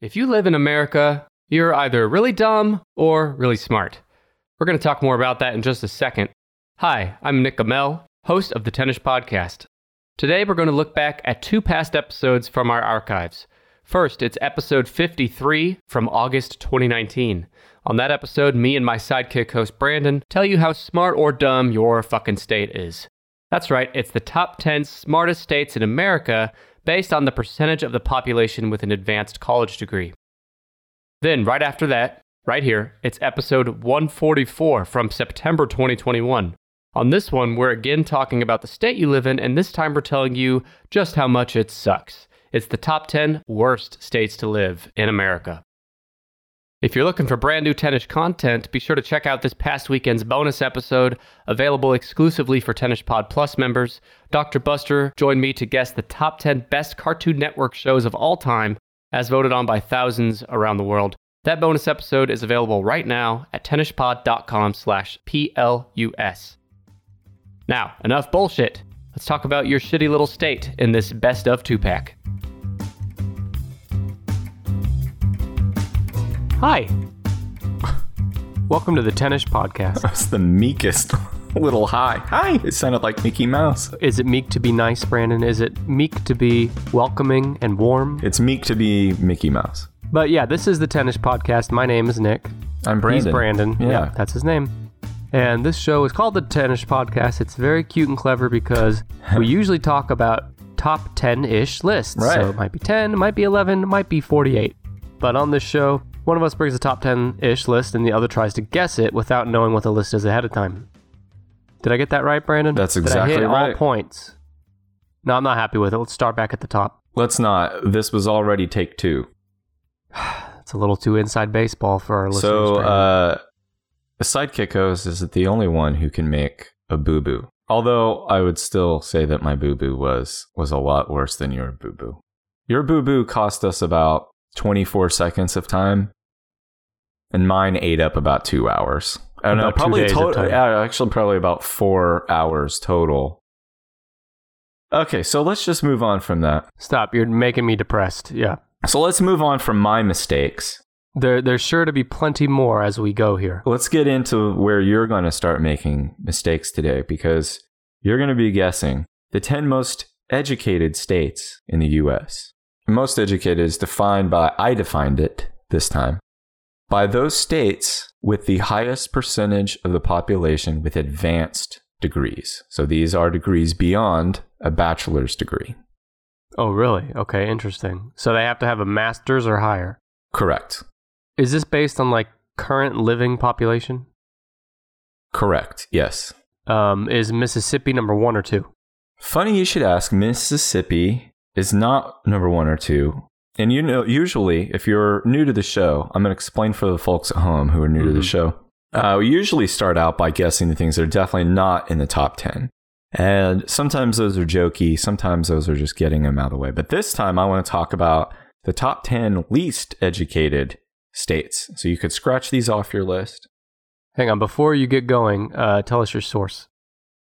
If you live in America, you're either really dumb or really smart. We're going to talk more about that in just a second. Hi, I'm Nick Gamel, host of the Tennis Podcast. Today, we're going to look back at two past episodes from our archives. First, it's episode 53 from August 2019. On that episode, me and my sidekick host Brandon tell you how smart or dumb your fucking state is. That's right, it's the top 10 smartest states in America based on the percentage of the population with an advanced college degree. Then, right after that, right here, it's episode 144 from September 2021. On this one, we're again talking about the state you live in, and this time we're telling you just how much it sucks. It's the top 10 worst states to live in America. If you're looking for brand new Tennis content, be sure to check out this past weekend's bonus episode, available exclusively for Tennis Pod Plus members. Dr. Buster joined me to guess the top 10 best Cartoon Network shows of all time, as voted on by thousands around the world. That bonus episode is available right now at tennispod.com slash PLUS. Now, enough bullshit. Let's talk about your shitty little state in this best of two pack. Hi. Welcome to the Tennis Podcast. That's the meekest little hi. Hi. It sounded like Mickey Mouse. Is it meek to be nice, Brandon? Is it meek to be welcoming and warm? It's meek to be Mickey Mouse. But yeah, this is the Tennis Podcast. My name is Nick. I'm Brandon. He's Brandon. Yeah. that's his name. And this show is called the Tennis Podcast. It's very cute and clever because we usually talk about top 10 ish lists. Right. So it might be 10, it might be 11, it might be 48. But on this show, one of us brings a top 10 ish list and the other tries to guess it without knowing what the list is ahead of time. Did I get that right, Brandon? That's Did exactly I hit right. all points. No, I'm not happy with it. Let's start back at the top. Let's not. This was already take two. It's a little too inside baseball for our listeners. So, Brandon. uh, a sidekick host is the only one who can make a boo boo. Although I would still say that my boo boo was was a lot worse than your boo boo. Your boo boo cost us about 24 seconds of time, and mine ate up about two hours. I don't know, About two probably days of total. time. Yeah, actually, probably about four hours total. Okay, so let's just move on from that. Stop. You're making me depressed. Yeah. So let's move on from my mistakes. There, there's sure to be plenty more as we go here. Let's get into where you're going to start making mistakes today because you're going to be guessing the 10 most educated states in the US. Most educated is defined by, I defined it this time, by those states with the highest percentage of the population with advanced degrees. So these are degrees beyond a bachelor's degree. Oh, really? Okay, interesting. So they have to have a master's or higher. Correct. Is this based on like current living population? Correct. Yes. Um, is Mississippi number one or two? Funny you should ask. Mississippi is not number one or two. And you know, usually, if you're new to the show, I'm going to explain for the folks at home who are new to the Mhm. show. Uh, we usually start out by guessing the things that are definitely not in the top 10. And sometimes those are jokey, sometimes those are just getting them out of the way. But this time, I want to talk about the top 10 least educated states. So you could scratch these off your list. Hang on, before you get going, uh, tell us your source.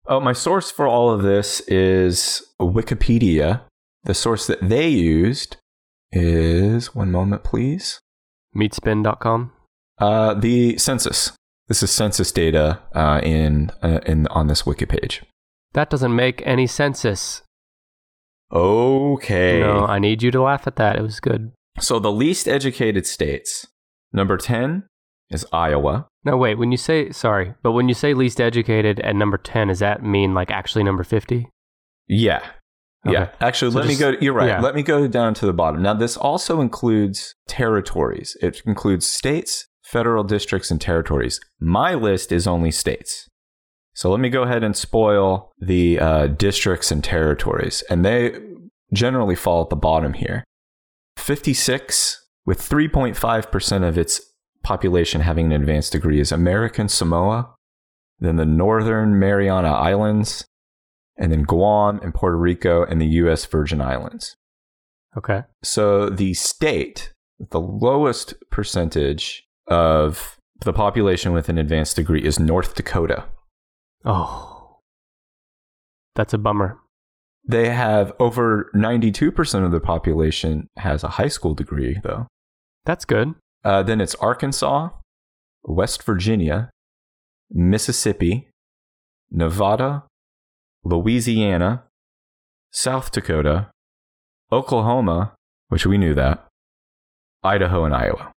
Oh, my source for all of this is Wikipedia. The source that they used is one moment, please. Meatspin.com. Uh, the census. This is census data uh, in uh, in on this wiki page. That doesn't make any census. Okay. No, I need you to laugh at that. It was good. So the least educated states. Number ten is Iowa. No, wait, when you say, sorry, but when you say least educated at number 10, does that mean like actually number 50? Yeah. Yeah. Okay. Actually, So let just- me go. You're right. yeah. Let me go down to the bottom. Now, this also includes territories. It includes states, federal districts, and territories. My list is only states. So let me go ahead and spoil the uh, districts and territories. And they generally fall at the bottom here. 56, with 3.5% of its population having an advanced degree, is American Samoa, then the Northern Mariana Islands, and then Guam and Puerto Rico and the U.S. Virgin Islands. Okay. So the state with the lowest percentage of the population with an advanced degree is North Dakota. Oh, that's a bummer. They have over 92% of the population has a high school degree, though. That's good. Uh, then it's Arkansas, West Virginia, Mississippi, Nevada, Louisiana, South Dakota, Oklahoma, which we knew that, Idaho, and Iowa.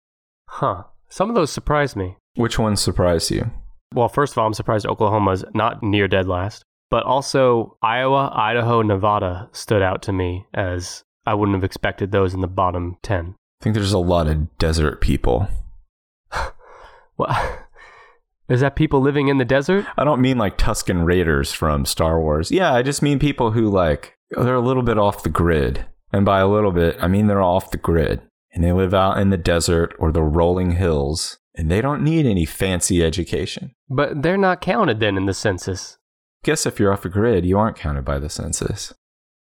Huh. Some of those surprised me. Which one surprised you? Well, first of all, I'm surprised Oklahoma's not near dead last, but also Iowa, Idaho, Nevada stood out to me as I wouldn't have expected those in the bottom 10. I think there's a lot of desert people. Well, is that people living in the desert? I don't mean like Tuscan Raiders from Star Wars. Yeah, I just mean people who like oh, they're a little bit off the grid. And by a little bit, I mean they're off the grid. And they live out in the desert or the rolling hills, and they don't need any fancy education. But they're not counted then in the census. Guess if you're off the grid, you aren't counted by the census.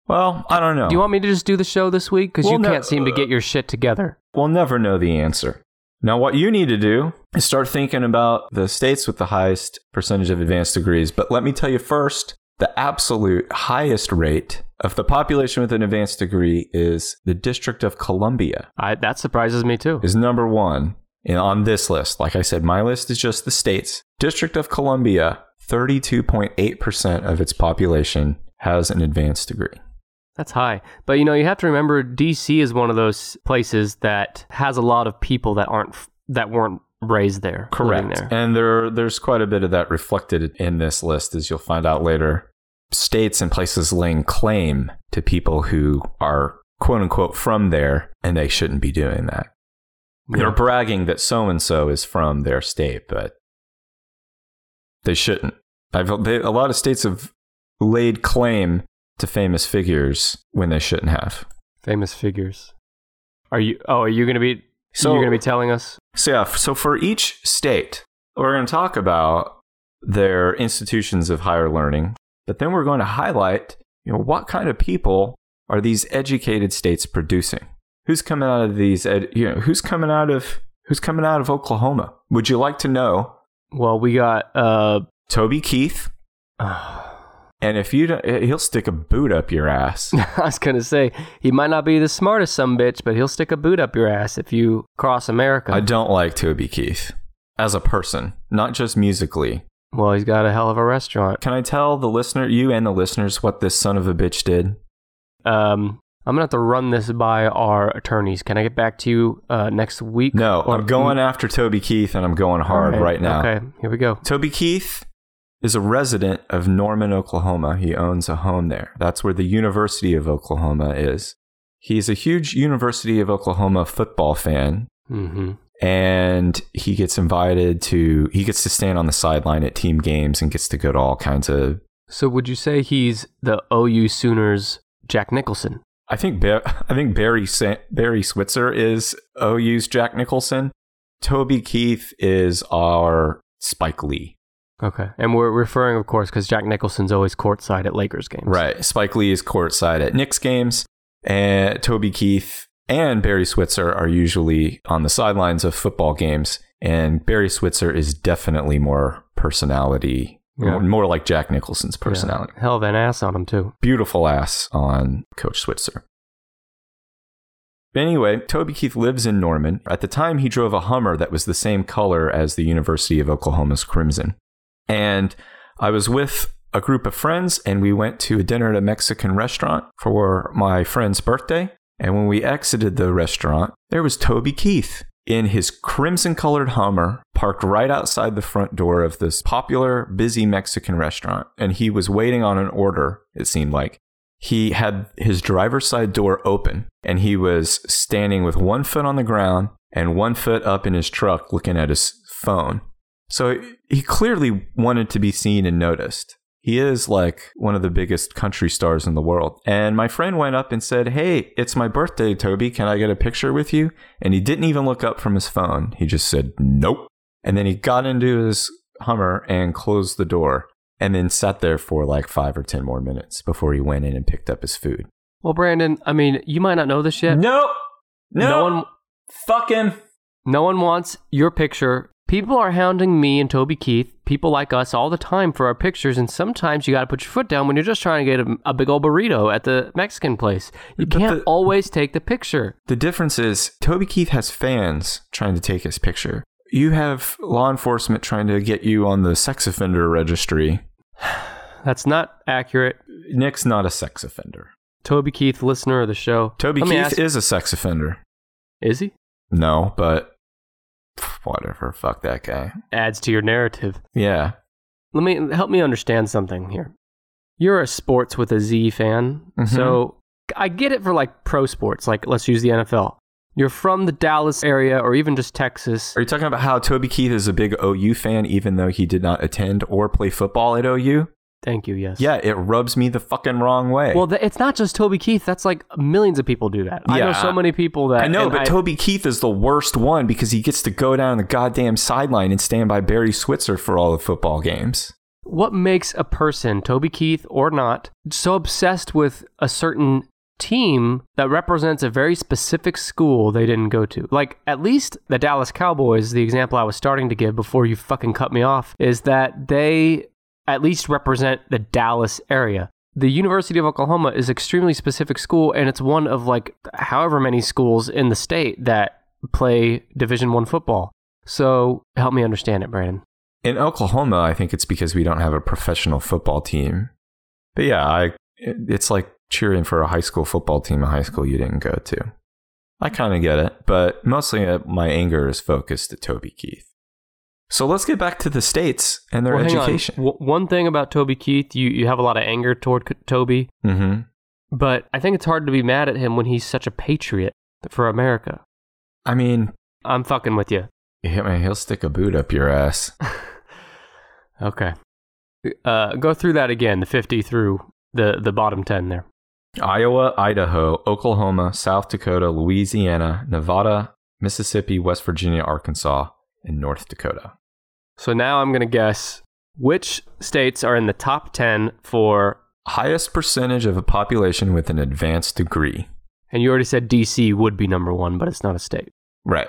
Well, I don't know. Do you want me to just do the show this week? Because you Well, no- uh, can't seem to get your shit together. We'll never know the answer. Now, what you need to do is start thinking about the states with the highest percentage of advanced degrees. But let me tell you first the absolute highest rate of the population with an advanced degree is the District of Columbia, I, that surprises me too. is number one in, on this list. Like I said, my list is just the states. District of Columbia, 32.8% of its population has an advanced degree. That's high. But you know, you have to remember DC is one of those places that has a lot of people that aren't f- that weren't raised there. living Correct. There. And there there's quite a bit of that reflected in this list, as you'll find out later. States and places laying claim to people who are quote unquote from there, and they shouldn't be doing that. They're Yeah. bragging that so and so is from their state, but they shouldn't. I've, they, a lot of states have laid claim to famous figures when they shouldn't have. Famous figures. Are you Oh, are you going to be So- you're going to be telling us? So yeah, f- so for each state, we're going to talk about their institutions of higher learning, but then we're going to highlight, you know, what kind of people are these educated states producing? Who's coming out of these ed- you know, who's coming out of who's coming out of Oklahoma? Would you like to know Well, we got uh, Toby Keith? And if you don't, eh, he'll stick a boot up your ass. I was going to say he might not be the smartest some bitch, but he'll stick a boot up your ass if you cross America. I don't like Toby Keith as a person, not just musically. well, he's got a hell of a restaurant. Can I tell the listener, you and the listeners, what this son of a bitch did? Um I'm going to have to run this by our attorneys. Can I get back to you uh, next week? No, Or- I'm going after Toby Keith and I'm going hard Okay, right now. Okay, here we go. Toby Keith is a resident of Norman, Oklahoma. He owns a home there. That's where the University of Oklahoma is. He's a huge University of Oklahoma football fan Mm-hmm. and he gets invited to he gets to stand on the sideline at team games and gets to go to all kinds of So would you say he's the OU Sooners Jack Nicholson? I think Bar- I think Barry Sa- Barry Switzer is OU's Jack Nicholson. Toby Keith is our Spike Lee. Okay. And we're referring, of course, because Jack Nicholson's always courtside at Lakers games. Right. Spike Lee is courtside at Knicks games, and Toby Keith and Barry Switzer are usually on the sidelines of football games. And Barry Switzer is definitely more personality, Yeah. more- more like Jack Nicholson's Yeah. personality. Hell of an ass on him, too. Beautiful ass on Coach Switzer. Anyway, Toby Keith lives in Norman. At the time, he drove a Hummer that was the same color as the University of Oklahoma's Crimson. And I was with a group of friends, and we went to a dinner at a Mexican restaurant for my friend's birthday. And when we exited the restaurant, there was Toby Keith in his crimson colored Hummer parked right outside the front door of this popular, busy Mexican restaurant. And he was waiting on an order, it seemed like he had his driver's side door open and he was standing with one foot on the ground and one foot up in his truck looking at his phone. So he clearly wanted to be seen and noticed. He is like one of the biggest country stars in the world. And my friend went up and said, Hey, it's my birthday, Toby. Can I get a picture with you? And he didn't even look up from his phone. He just said, Nope. And then he got into his Hummer and closed the door and then sat there for like five or ten more minutes before he went in and picked up his food. Well, Brandon, I mean, you might not know this yet. No, No one, fuck him. no one wants your picture People are hounding me and Toby Keith, people like us, all the time for our pictures, and sometimes you got to put your foot down when you're just trying to get a, a big old burrito at the Mexican place. You But can't the- always take the picture. The difference is Toby Keith has fans trying to take his picture. You have law enforcement trying to get you on the sex offender registry. That's not accurate. Nick's not a sex offender. Toby Keith, listener of the show. Toby Let me Keith ask- is a sex offender. is he? No, but pff, whatever. Fuck that guy. Adds to your narrative. Yeah. Let me help me understand something here. You're a sports with a Z fan, Mhm. so I get it for like pro sports. Like let's use the NFL. You're from the Dallas area, or even just Texas. Are you talking about how Toby Keith is a big OU fan, even though he did not attend or play football at OU? Thank you. Yes. Yeah, it rubs me the fucking wrong way. Well, th- it's not just Toby Keith. That's like millions of people do that. I know Yeah. so many people that I know, and but Toby Keith is the worst one because he gets to go down the goddamn sideline and stand by Barry Switzer for all the football games. what makes a person, Toby Keith or not, so obsessed with a certain team that represents a very specific school they didn't go to? Like, at least the Dallas Cowboys, the example I was starting to give before you fucking cut me off, is that they at least represent the Dallas area. The University of Oklahoma is extremely specific school and it's one of like however many schools in the state that play Division 1 football. So, help me understand it, Brandon. In Oklahoma, I think it's because we don't have a professional football team. But yeah, I, it- it's like cheering for a high school football team in high school you didn't go to. I kind of get it, but mostly uh, my anger is focused at Toby Keith. So let's get back to the states and their Well, hang on. education. W- one thing about Toby Keith, you, you have a lot of anger toward K- Toby, hmm but I think it's hard to be mad at him when he's such a patriot for America. I mean, I'm fucking with you. yeah, man, he'll stick a boot up your ass. Okay. Uh, go through that again, the 50 through the, the bottom 10 there. Iowa, Idaho, Oklahoma, South Dakota, Louisiana, Nevada, Mississippi, West Virginia, Arkansas, and North Dakota. So now I'm going to guess which states are in the top 10 for, Highest percentage of a population with an advanced degree. and you already said DC would be number one, but it's not a state. Right.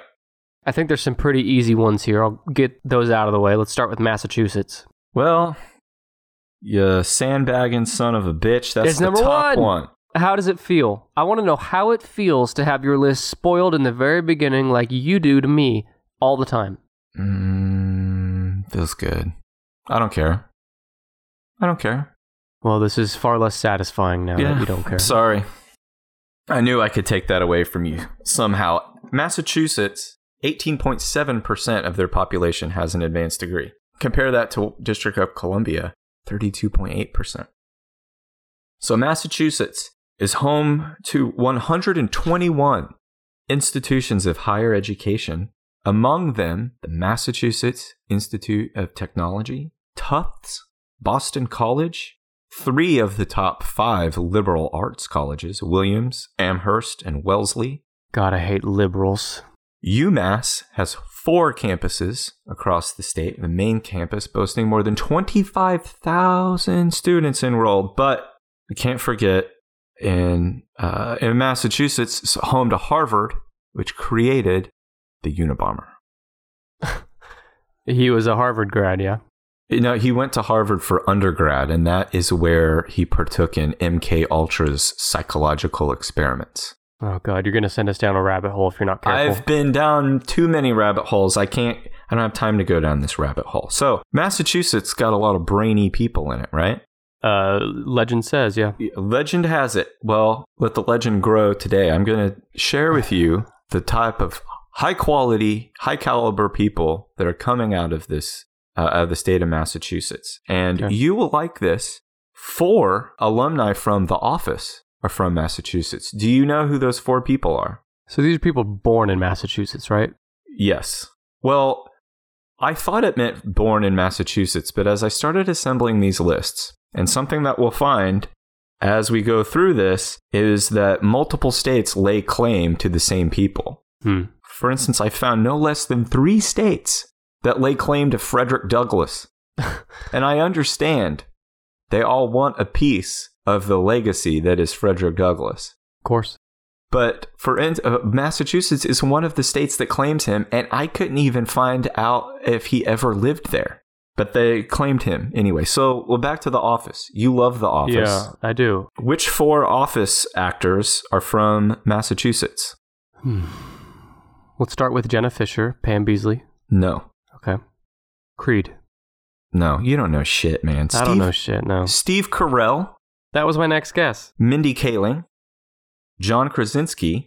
I think there's some pretty easy ones here. I'll get those out of the way. Let's start with Massachusetts. Well, you sandbagging son of a bitch. That's It's the number top one. one. How does it feel? I want to know how it feels to have your list spoiled in the very beginning, like you do to me all the time. Mm, feels good. I don't care. I don't care. Well, this is far less satisfying now that you don't care. Sorry. I knew I could take that away from you somehow. Massachusetts, 18.7% of their population has an advanced degree. Compare that to District of Columbia, 32.8%. So Massachusetts is home to 121 institutions of higher education, among them the Massachusetts Institute of Technology, Tufts, Boston College, three of the top five liberal arts colleges Williams, Amherst, and Wellesley. God, I hate liberals. UMass has four campuses across the state, the main campus boasting more than 25,000 students enrolled. But we can't forget in, uh, in Massachusetts, it's home to Harvard, which created the Unabomber. He was a Harvard grad, yeah. You know, he went to Harvard for undergrad, and that is where he partook in MK Ultra's psychological experiments. Oh God, you're gonna send us down a rabbit hole if you're not careful. I've been down too many rabbit holes. I can't. I don't have time to go down this rabbit hole. So Massachusetts got a lot of brainy people in it, right? Uh, legend says, yeah. Legend has it. Well, let the legend grow today. I'm going to share with you the type of high quality, high caliber people that are coming out of this uh, of the state of Massachusetts, and Okay. you will like this. Four alumni from The Office are from Massachusetts. Do you know who those four people are? So these are people born in Massachusetts, right? Yes. Well, I thought it meant born in Massachusetts, but as I started assembling these lists, and something that we'll find as we go through this is that multiple states lay claim to the same people. Hmm. For instance, I found no less than three states that lay claim to Frederick Douglass. and I understand they all want a piece of the legacy that is Frederick Douglass. Of course. But for in- uh, Massachusetts is one of the states that claims him, and I couldn't even find out if he ever lived there. But they claimed him anyway. So, well, back to the office. You love the office. Yeah, I do. Which four office actors are from Massachusetts? Let's start with Jenna Fisher, Pam Beasley. No, Okay. Creed. no, you don't know shit, man. I don't know shit, no. Steve Carell, That was my next guess. Mindy Kaling, John Krasinski,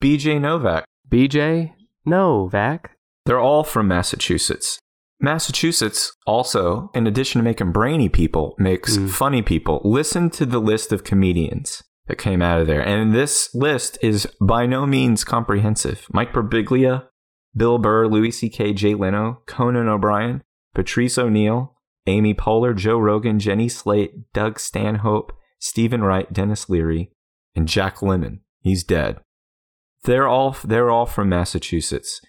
B.J. Novak. BJ Novak. They're all from Massachusetts. Massachusetts also, in addition to making brainy people, makes Mm. funny people. Listen to the list of comedians that came out of there. And this list is by no means comprehensive. Mike Birbiglia, Bill Burr, Louis C.K., Jay Leno, Conan O'Brien, Patrice O'Neill, Amy Poehler, Joe Rogan, Jenny Slate, Doug Stanhope, Stephen Wright, Dennis Leary, and Jack Lemmon. He's dead. They're all they're all from Massachusetts.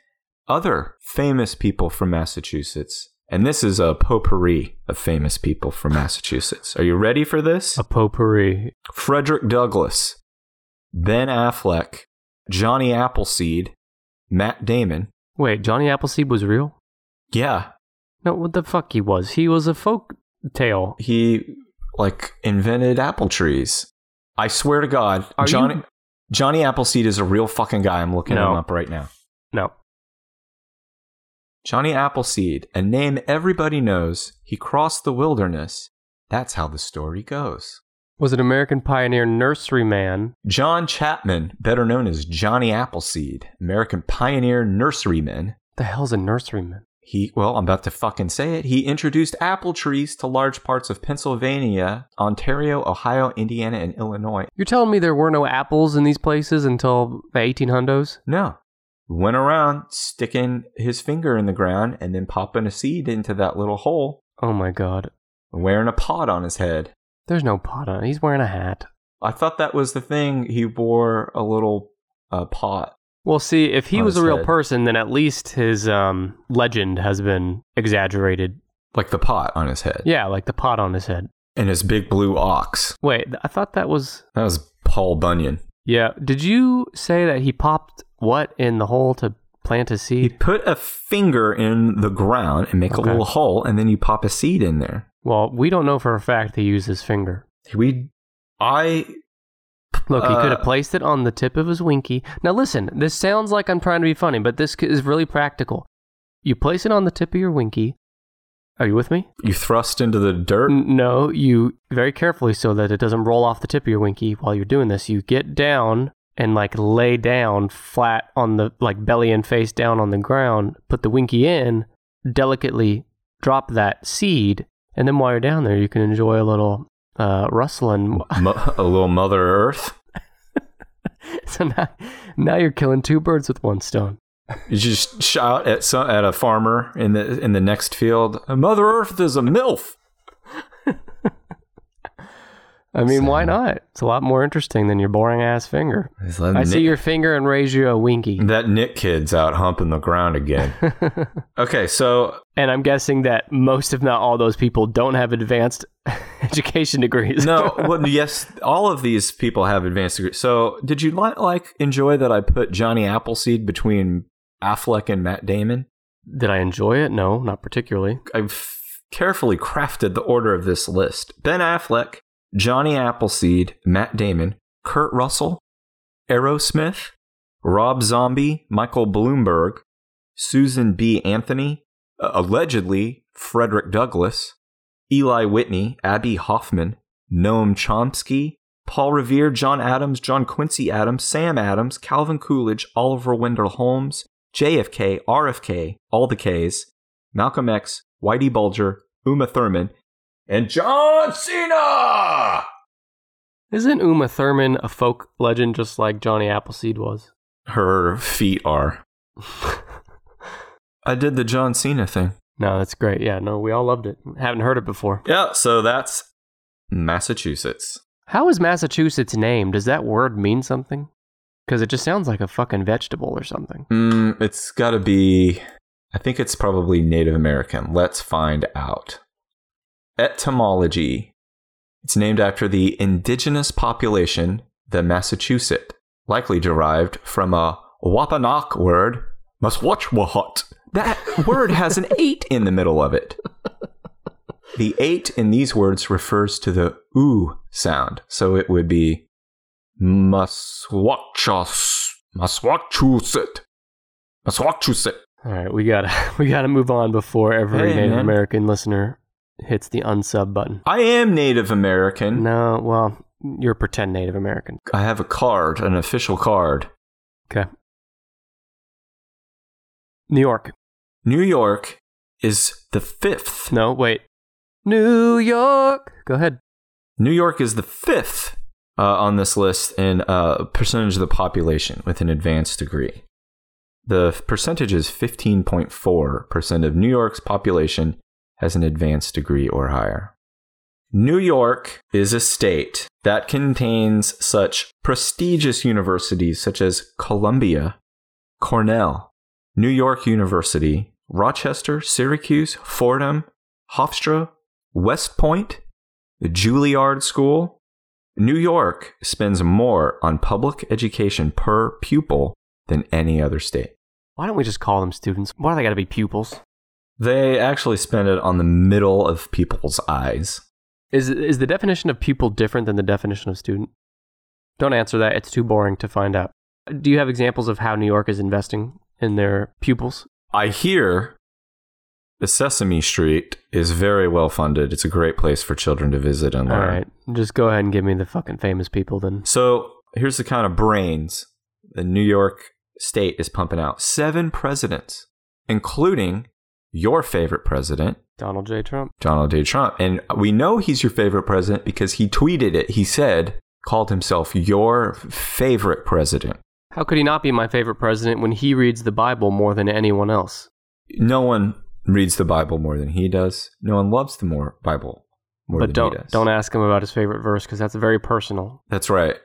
Other famous people from Massachusetts, and this is a potpourri of famous people from Massachusetts. Are you ready for this? A potpourri. Frederick Douglass, Ben Affleck, Johnny Appleseed, Matt Damon. Wait, Johnny Appleseed was real? Yeah, No, what the fuck he was? He was a folk tale. he like invented apple trees. I swear to God, Are you- Johnny Johnny Appleseed is a real fucking guy. I'm looking No. him up right now. No. Johnny Appleseed, a name everybody knows, he crossed the wilderness. That's how the story goes. Was an American pioneer nurseryman. John Chapman, better known as Johnny Appleseed, American pioneer nurseryman. The hell's a nurseryman? He, well, I'm about to fucking say it. He introduced apple trees to large parts of Pennsylvania, Ontario, Ohio, Indiana, and Illinois. You're telling me there were no apples in these places until the 1800s? No. Went around sticking his finger in the ground and then popping a seed into that little hole, Oh my god. wearing a pod on his head. There's no pot on. He's wearing a hat. I thought that was the thing. He wore a little uh, pot. Well, see, if he On was a his real head. person, then at least his um, legend has been exaggerated. Like the pot on his head. Yeah, like the pot on his head. And his big blue ox. Wait, th- I thought that was. That was Paul Bunyan. Yeah. Did you say that he popped what in the hole to plant a He seed? put a finger in the ground and make a Okay. little hole, and then you pop a seed in there. Well, we don't know for a fact he used his finger. We, I, Look, he could have Uh, placed it on the tip of his winky. Now, listen, this sounds like I'm trying to be funny, but this c- is really practical. You place it on the tip of your winky. Are you with me? you thrust into the dirt. N- No, you very carefully so that it doesn't roll off the tip of your winky while you're doing this. You get down and like lay down flat on the like belly and face down on the ground, put the winky in, delicately drop that seed, and then while you're down there, you can enjoy a little uh, rustling. Mo- a little Mother Earth. so now, now you're killing two birds with one stone. You just shout at some, at a farmer in the in the next field. Mother Earth is a milf. I mean, why So- not? It's a lot more interesting than your boring ass finger. I see your finger and raise you a winky. that Nick kid's out humping the ground again. okay, so And I'm guessing that most, if not all, those people don't have advanced education degrees. no, well, yes, all of these people have advanced degrees. So, did you li- like enjoy that I put Johnny Appleseed between Affleck and Matt Damon? Did I enjoy it? No, not particularly. I've carefully crafted the order of this list: Ben Affleck, Johnny Appleseed, Matt Damon, Kurt Russell, Aerosmith, Rob Zombie, Michael Bloomberg, Susan B. Anthony, uh, allegedly Frederick Douglass, Eli Whitney, Abby Hoffman, Noam Chomsky, Paul Revere, John Adams, John Quincy Adams, Sam Adams, Calvin Coolidge, Oliver Wendell Holmes, JFK, RFK, all the Ks, Malcolm X, Whitey Bulger, Uma Thurman, and John Cena! Isn't Uma Thurman a folk legend just like Johnny Appleseed was? Her feet are. I did the John Cena thing. No, that's great. Yeah, no, we all loved it. Haven't heard it before. Yeah, so that's Massachusetts. How is Massachusetts named? Does that word mean something? Because it just sounds like a fucking vegetable or something. Mm, it's got to be. I think it's probably Native American. Let's find out. Etymology. It's named after the indigenous population, the Massachusetts, likely derived from a Wapanak word, Maswatchwahut. That word has an eight in the middle of it. The eight in these words refers to the oo sound, so it would be Maswatchus, Maswatchuset, Maswatchuset. All right, we gotta we gotta move on before every Hey, Native man. American listener hits the unsub button. I am Native American. No, well, you're pretend Native American. I have a card, an official card. Okay. New York. New York is the fifth. No, wait. New York. Go ahead. New York is the fifth uh, on this list in uh, percentage of the population with an advanced degree. The f- percentage is 15.4% of New York's population has an advanced degree or higher. New York is a state that contains such prestigious universities such as Columbia, Cornell, New York University, Rochester, Syracuse, Fordham, Hofstra, West Point, the Juilliard School. New York spends more on public education per pupil than any other state. Why don't we just call them students? Why do they gotta be pupils? They actually spend it on the middle of people's eyes. Is is the definition of pupil different than the definition of student? Don't answer that. It's too boring to find out. Do you have examples of how New York is investing in their pupils? I hear the Sesame Street is very well funded. It's a great place for children to visit and All learn. right, just go ahead and give me the fucking famous people then. So here's the kind of brains the New York State is pumping out. Seven presidents, including your favorite president, Donald J. Trump. Donald J. Trump. And we know he's your favorite president because he tweeted it. He said, called himself your favorite president. How could he not be my favorite president when he reads the Bible more than anyone else? No one reads the Bible more than he does. No one loves the more Bible more but than don't he does. don't ask him about his favorite verse because that's very personal. That's right.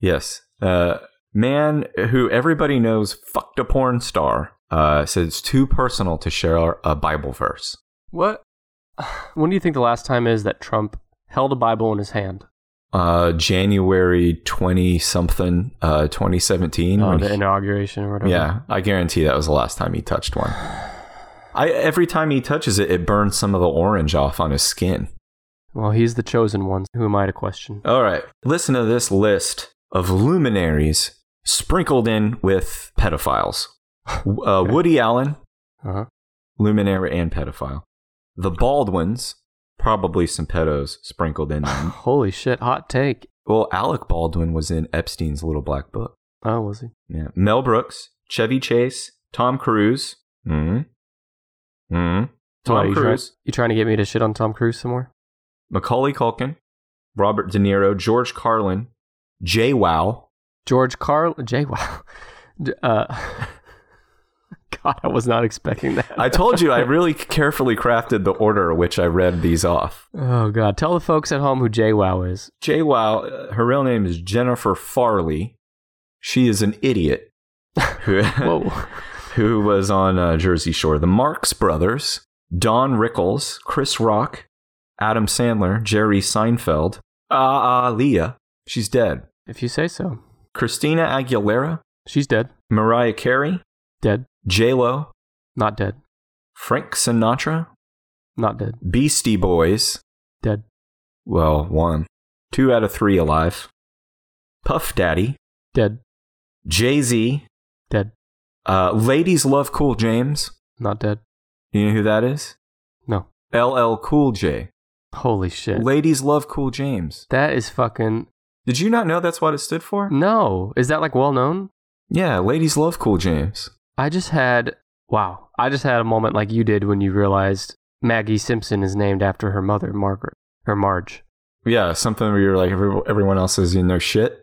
Yes. Uh, man who everybody knows fucked a porn star uh, said it's too personal to share a Bible verse. What? When do you think the last time is that Trump held a Bible in his hand? Uh, January 20 something, uh, 2017. Oh, when the he- inauguration or whatever. yeah, I guarantee that was the last time he touched one. I, every time he touches it, it burns some of the orange off on his skin. Well, he's the chosen one. Who am I to question? All right. Listen to this list of luminaries sprinkled in with pedophiles. W- Uh, Woody Allen, Uh-huh. luminary and pedophile. The Baldwins, probably some pedos sprinkled in them. Holy shit! Hot take. well, Alec Baldwin was in Epstein's Little Black Book. Oh, was he? Yeah. Mel Brooks, Chevy Chase, Tom Cruise. Hmm. Hmm. What, Tom you try- Cruise, you trying to get me to shit on Tom Cruise some more? Macaulay Culkin, Robert De Niro, George Carlin, Jay Wow. George Carl J. Wow. D- Uh, God, I was not expecting that. I told you I really carefully crafted the order which I read these off. oh God, tell the folks at home who J. Wow is. Jay Wow, uh, her real name is Jennifer Farley. She is an idiot who, Whoa. who was on uh, Jersey Shore. The Marx Brothers, Don Rickles, Chris Rock, Adam Sandler, Jerry Seinfeld, Ah Ah Leah. She's dead. if you say so. Christina Aguilera, She's dead. Mariah Carey, Dead. J Lo, Not dead. Frank Sinatra, Not dead. Beastie Boys. Dead. Well, one. Two out of three alive. Puff Daddy, Dead. Jay Z, Dead. uh, Ladies Love Cool James. Not dead. You know who that is? No. LL Cool J. Holy shit. Ladies Love Cool James. that is fucking. Did you not know that's what it stood for? Mm. No. Is that like well known? Yeah, Ladies Love Cool James. I just had. Wow. I just had a moment like you did when you realized Maggie Simpson is named after her mother, Margaret. Or Marge. Yeah, something where you're like, every, everyone else is in no shit.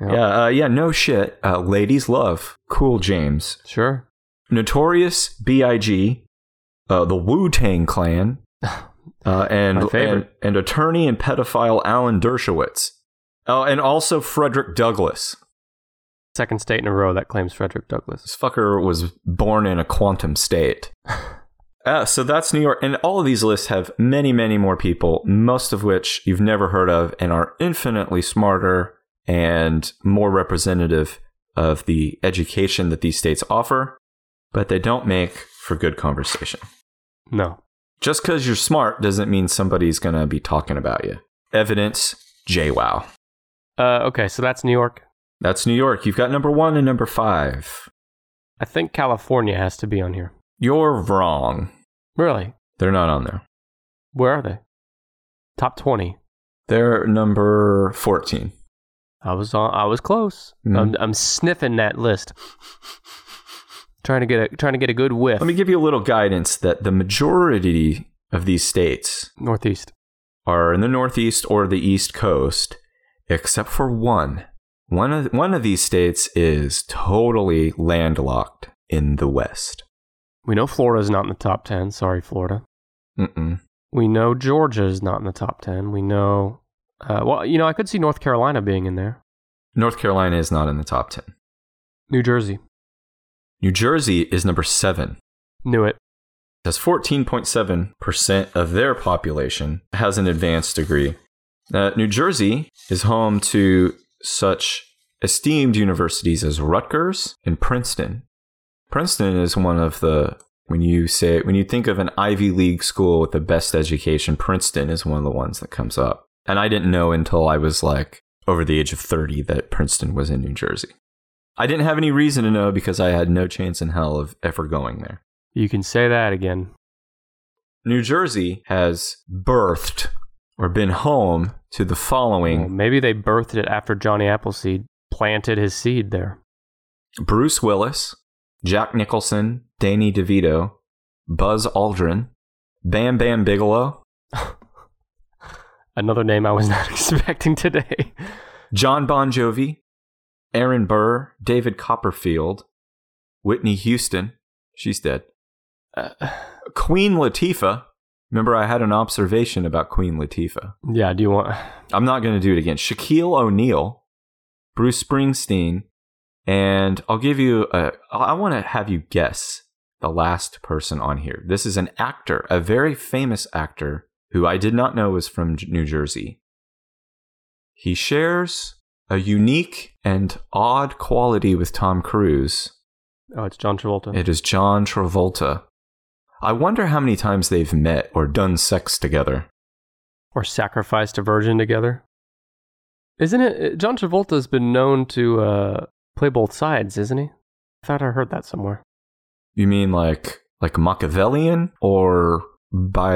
Yeah. Yeah, uh, yeah, no shit. Uh, ladies Love Cool James. Sure. Notorious B.I.G., uh, the Wu Tang Clan, uh, and, My favorite. and and attorney and pedophile Alan Dershowitz. Oh, and also Frederick Douglass. Second state in a row that claims Frederick Douglass. This fucker was born in a quantum state. Uh, so that's New York, and all of these lists have many, many more people, most of which you've never heard of, and are infinitely smarter and more representative of the education that these states offer, but they don't make for good conversation. No. Just because you're smart doesn't mean somebody's going to be talking about you. Evidence, JWoww. Uh, okay, so that's New York. That's New York. You've got number one and number five. I think California has to be on here. You're wrong. Really? They're not on there. Where are they? Top 20. They're number 14. I was on I was close. Mm. I'm, I'm sniffing that list. trying to get a trying to get a good whiff. Let me give you a little guidance that the majority of these states Northeast. are in the Northeast or the East Coast, except for one. One of, one of these states is totally landlocked in the West. We know Florida's not in the top 10. Sorry, Florida. Mm-mm. We know Georgia's not in the top 10. We know, uh, well, you know, I could see North Carolina being in there. North Carolina is not in the top 10. New Jersey. New Jersey is number seven. Knew it. That's 14.7% of their population has an advanced degree. Uh, New Jersey is home to such esteemed universities as Rutgers and Princeton. Princeton is one of the when you say when you think of an Ivy League school with the best education, Princeton is one of the ones that comes up. And I didn't know until I was like over the age of 30 that Princeton was in New Jersey. I didn't have any reason to know because I had no chance in hell of ever going there. You can say that again. New Jersey has birthed or been home to the Well, following maybe they birthed it after Johnny Appleseed planted his seed there. Bruce Willis, Jack Nicholson, Danny DeVito, Buzz Aldrin, Bam Bam Bigelow, Another name I was not expecting today. John Bon Jovi, Aaron Burr, David Copperfield, Whitney Houston, she's dead, Uh, Queen Latifah. Remember, I had an observation about Queen Latifah. yeah, do you want. I'm not going to do it again. Shaquille O'Neal, Bruce Springsteen, and I'll give you a. I want to have you guess the last person on here. This is an actor, a very famous actor who I did not know was from J- New Jersey. He shares a unique and odd quality with Tom Cruise. Oh, it's John Travolta. It is John Travolta. I wonder how many times they've met or done sex together. or sacrificed a virgin together. Isn't it? John Travolta's been known to uh, play both sides, isn't he? I thought I heard that somewhere. You mean like like Machiavellian or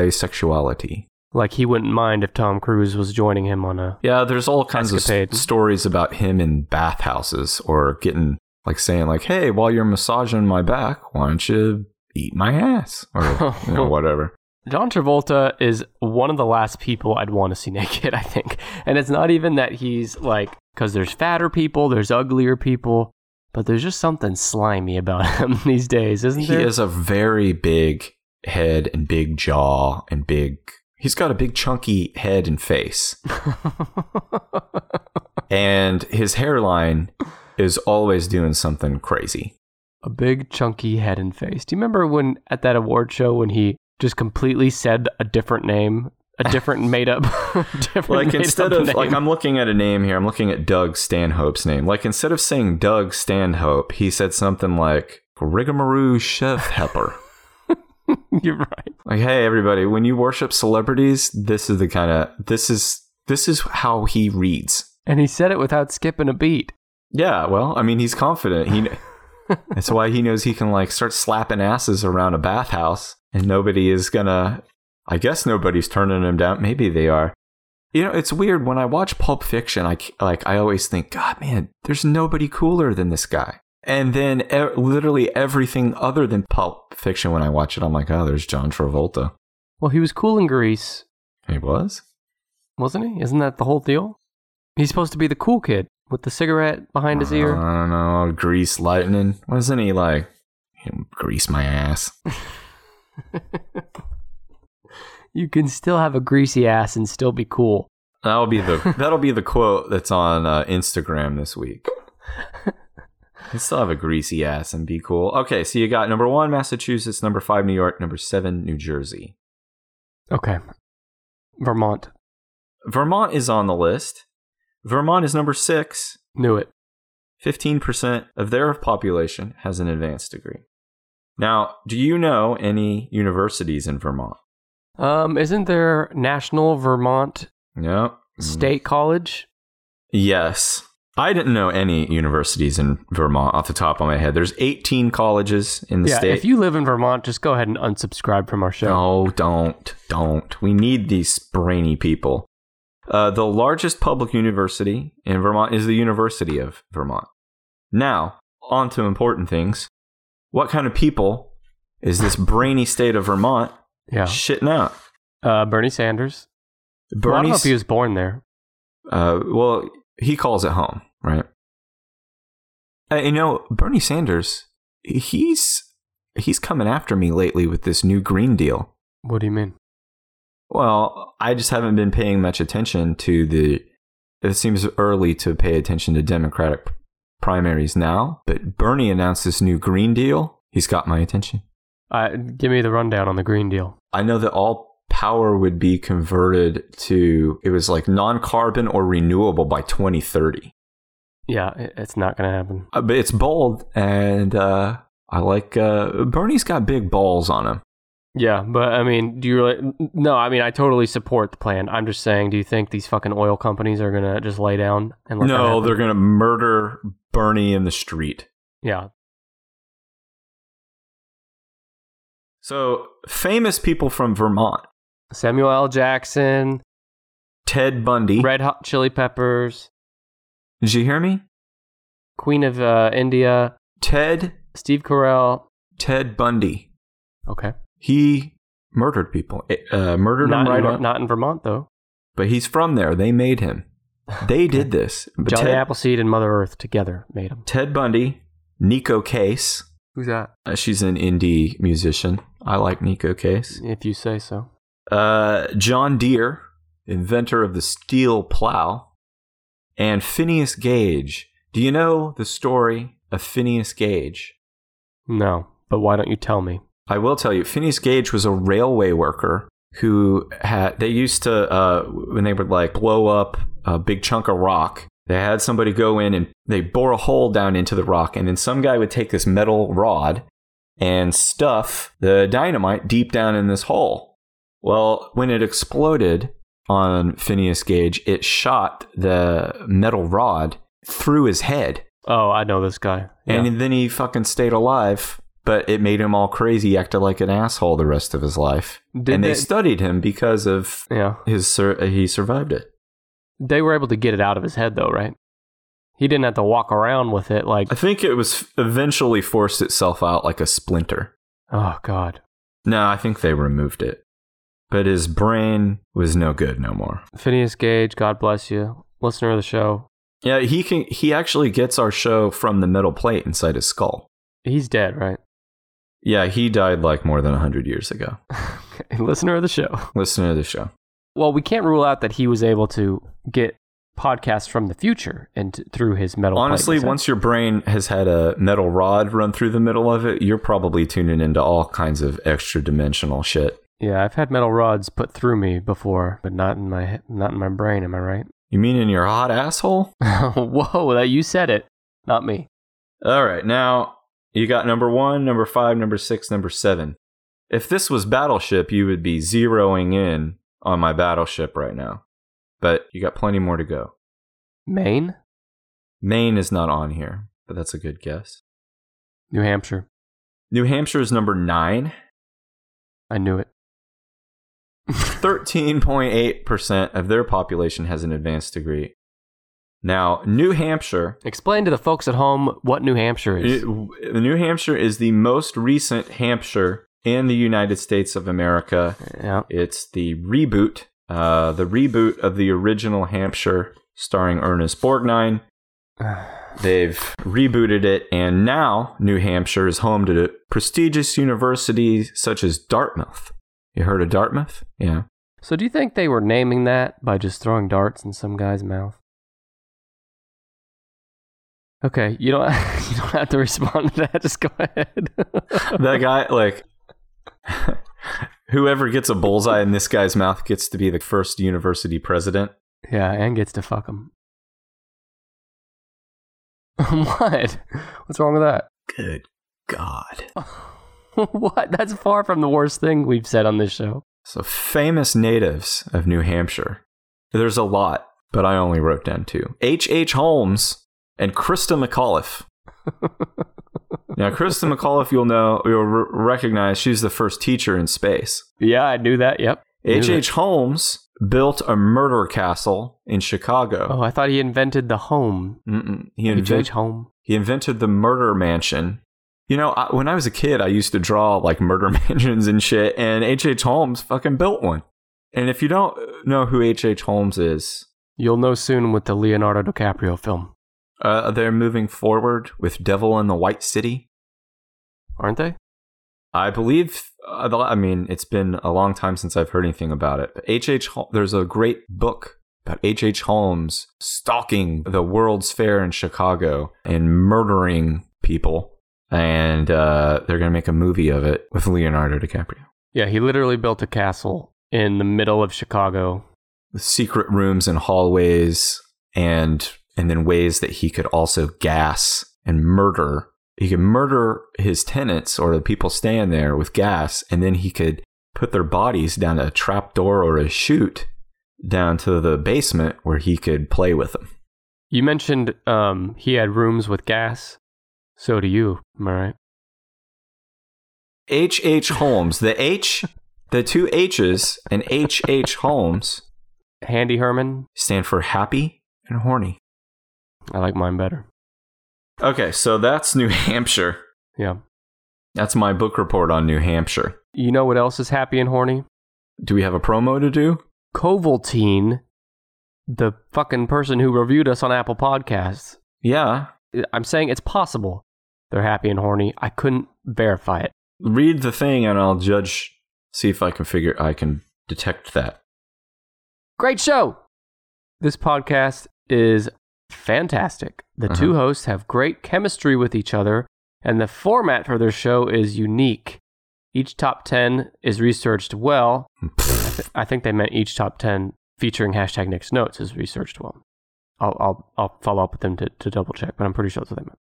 bisexuality? Like he wouldn't mind if Tom Cruise was joining him on a. Yeah, there's all kinds Escapade. of s- stories about him in bathhouses or getting like saying like, "Hey, while you're massaging my back, why don't you eat my ass?" or you know, whatever. John Travolta is one of the last people I'd want to see naked, I think. And it's not even that he's like, because there's fatter people, there's uglier people, but there's just something slimy about him these days, isn't He there? has a very big head and big jaw and big. He's got a big chunky head and face, and his hairline is always doing something crazy. a big chunky head and face. Do you remember when at that award show when he just completely said a different name, a different made up, different like made instead up of name? like I'm looking at a name here, I'm looking at Doug Stanhope's name. Like instead of saying Doug Stanhope, he said something like Rigamaroo Chef Hepper. you're right. like, hey everybody, when you worship celebrities, this is the kind of this is this is how he reads. And he said it without skipping a beat. Yeah, well, I mean he's confident. He kn- that's why he knows he can like start slapping asses around a bathhouse and nobody is gonna I guess nobody's turning him down. Maybe they are. You know, it's weird when I watch Pulp Fiction. I c- like I always think, God, man, there's nobody cooler than this guy. And then e- literally everything other than Pulp Fiction, when I watch it, I'm like, oh, there's John Travolta. Well, he was cool in Greece, He was. wasn't he? Isn't that the whole deal? He's supposed to be the cool kid with the cigarette behind his ear. I don't know. Grease lightning. Wasn't he like, grease my ass? You can still have a greasy ass and still be cool. That'll be the that'll be the quote that's on uh, Instagram this week. You still have a greasy ass and be cool. Okay, so you got number one Massachusetts, number five New York, number seven New Jersey. Okay. Vermont. Vermont is on the list. Vermont is number six. Knew it. 15% of their population has an advanced degree. Now, do you know any universities in Vermont? Um, isn't there National Vermont No. State College? Yes. I didn't know any universities in Vermont off the top of my head. There's 18 colleges in the yeah. state. If you live in Vermont, just go ahead and unsubscribe from our show. No, don't, don't. We need these brainy people. Uh, the largest public university in Vermont is the University of Vermont. Now, on to important things. What kind of people is this brainy state of Vermont Yeah. shitting out? Uh, Bernie Sanders. Well, I don't Bernie, know if he was born there. uh, well, he calls it home, right? Uh, you know, Bernie Sanders, he's he's coming after me lately with this new Green Deal. What do you mean? Well, I just haven't been paying much attention to the. It seems early to pay attention to Democratic primaries now, but Bernie announced this new Green Deal. He's got my attention. Uh, give me the rundown on the Green Deal. I know that all power would be converted to, it was like non carbon or renewable by 2030. Yeah, it- it's not going to happen. Uh, But it's bold, and uh, I like uh, Bernie's got big balls on him. Yeah, but I mean, do you really? No, I mean, I totally support the plan. I'm just saying, do you think these fucking oil companies are gonna just lay down and let that No, happen? they're going to murder Bernie in the street. yeah, So, famous people from Vermont Samuel L. Jackson, Ted Bundy. Red Hot Chili Peppers, Did you hear me? Queen of uh, India, Ted Steve Carell. Ted Bundy. Okay, He murdered people. Uh, murdered not them right in, on. not in Vermont though. But he's from there. They made him. They did this. But Johnny Ted, Appleseed and Mother Earth together made him. Ted Bundy, Nico Case. Who's that? Uh, she's an indie musician. I like Nico Case. If you say so. Uh, John Deere, inventor of the steel plow, and Phineas Gage. Do you know the story of Phineas Gage? No, but why don't you tell me? I will tell you, Phineas Gage was a railway worker who had, they used to, uh, when they would like blow up a big chunk of rock, they had somebody go in and they bore a hole down into the rock. And then some guy would take this metal rod and stuff the dynamite deep down in this hole. Well, when it exploded on Phineas Gage, it shot the metal rod through his head. Oh, I know this guy. Yeah. And then he fucking stayed alive, but it made him all crazy, acted like an asshole the rest of his life. Did and they, they- studied him because of yeah. his sur- he survived it. they were able to get it out of his head though, right? He didn't have to walk around with it like, I think it was eventually forced itself out like a splinter. oh god. No, I think they removed it. But his brain was no good no more. Phineas Gage, God bless you, listener of the show. Yeah, he can he actually gets our show from the metal plate inside his skull. He's dead, right? Yeah, he died like more than 100 years ago. Okay, listener of the show. Listen to the show. Well, we can't rule out that he was able to get podcasts from the future and t- through his metal. Honestly, plate. once your brain has had a metal rod run through the middle of it, you're probably tuning into all kinds of extra dimensional shit. yeah, I've had metal rods put through me before, but not in my he- not in my brain. Am I right? You mean in your hot asshole? Whoa, that you said it, not me. All right, now you got number one, number five, number six, number seven. If this was Battleship, you would be zeroing in on my Battleship right now. But you got plenty more to go. Maine, Maine is not on here, but that's a good guess. New Hampshire. New Hampshire is number nine. I knew it. 13.8% of their population has an advanced degree. Now, New Hampshire, Explain to the folks at home what New Hampshire is. it- New Hampshire is the most recent Hampshire in the United States of America. yeah. It's the reboot, uh, the reboot of the original Hampshire starring Ernest Borgnine. They've rebooted it, and now New Hampshire is home to prestigious universities such as Dartmouth. You heard of Dartmouth? Yeah. So do you think they were naming that by just throwing darts in some guy's mouth? Okay, you don't you don't have to respond to that. Just go ahead. that guy like whoever gets a bullseye in this guy's mouth gets to be the first university president yeah, and gets to fuck him. what? What's wrong with that? Good God. what? That's far from the worst thing we've said on this show. So, famous natives of New Hampshire. There's a lot, but I only wrote down two. H. H. Holmes and Krista McAuliffe. now, Krista McAuliffe, you'll know, you'll re- recognize she's the first teacher in space. Yeah, I knew that. Yep. Knew H. that. H. Holmes built a murder castle in Chicago. Oh, I thought he invented the home. Mm-mm. He, H.H. invent- home. he invented the murder mansion. You know, I, when I was a kid, I used to draw like murder mansions and shit, and H. H. Holmes fucking built one. And if you don't know who H. H. Holmes is, You'll know soon with the Leonardo DiCaprio film, uh, they're moving forward with Devil in the White City. aren't they? I believe. uh, the- I mean, it's been a long time since I've heard anything about it. But H.H. Hol- There's a great book about H.H. Holmes stalking the World's Fair in Chicago and murdering people. And uh, they're going to make a movie of it with Leonardo DiCaprio. Yeah, he literally built a castle in the middle of Chicago. With secret rooms and hallways, and and then ways that he could also gas and murder. He could murder his tenants or the people staying there with gas, and then he could put their bodies down a trap door or a chute down to the basement where he could play with them. You mentioned um, he had rooms with gas. So do you, am I right? H. H. Holmes, the H, the two H's, and H. H. Holmes Handy Herman. stand for happy and horny. I like mine better. Okay, so that's New Hampshire. Yeah. That's my book report on New Hampshire. You know what else is happy and horny? Do we have a promo to do? Kovaltine, the fucking person who reviewed us on Apple Podcasts. Yeah. I'm saying it's possible. They're happy and horny. I couldn't verify it. Read the thing and I'll judge, see if I can figure, I can detect that. Great show. This podcast is fantastic. The Uh-huh. two hosts have great chemistry with each other, and the format for their show is unique. Each top 10 is researched well. I, th- I think they meant each top 10 featuring hashtag Nick's Notes is researched well. I'll, I'll, I'll follow up with them to, to double check, but I'm pretty sure that's what they meant.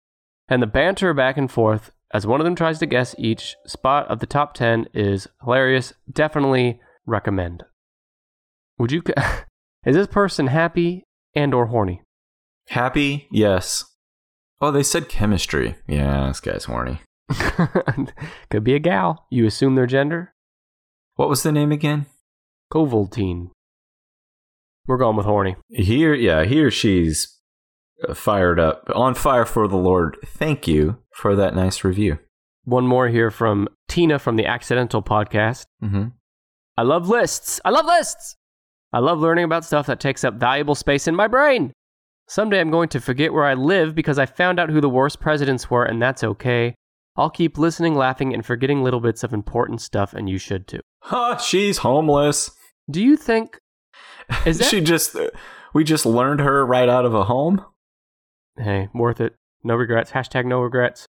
And the banter back and forth as one of them tries to guess each spot of the top 10 is hilarious. Definitely recommend. Would you? ca- Is this person happy and or horny? Happy? Yes. Oh, they said chemistry. Yeah, this guy's horny. Could be a gal. You assume their gender. What was the name again? Kovaltine. We're going with horny. He or, yeah, he or she's uh, fired up, on fire for the Lord. Thank you for that nice review. One more here from Tina from the Accidental Podcast. Mm-hmm. I love lists. I love lists. I love learning about stuff that takes up valuable space in my brain. Someday I'm going to forget where I live because I found out who the worst presidents were, and that's okay. I'll keep listening, laughing, and forgetting little bits of important stuff, and you should too. Ha, she's homeless. Do you think is that she just, we just learned her right out of a home? hey, worth it. No regrets. Hashtag no regrets.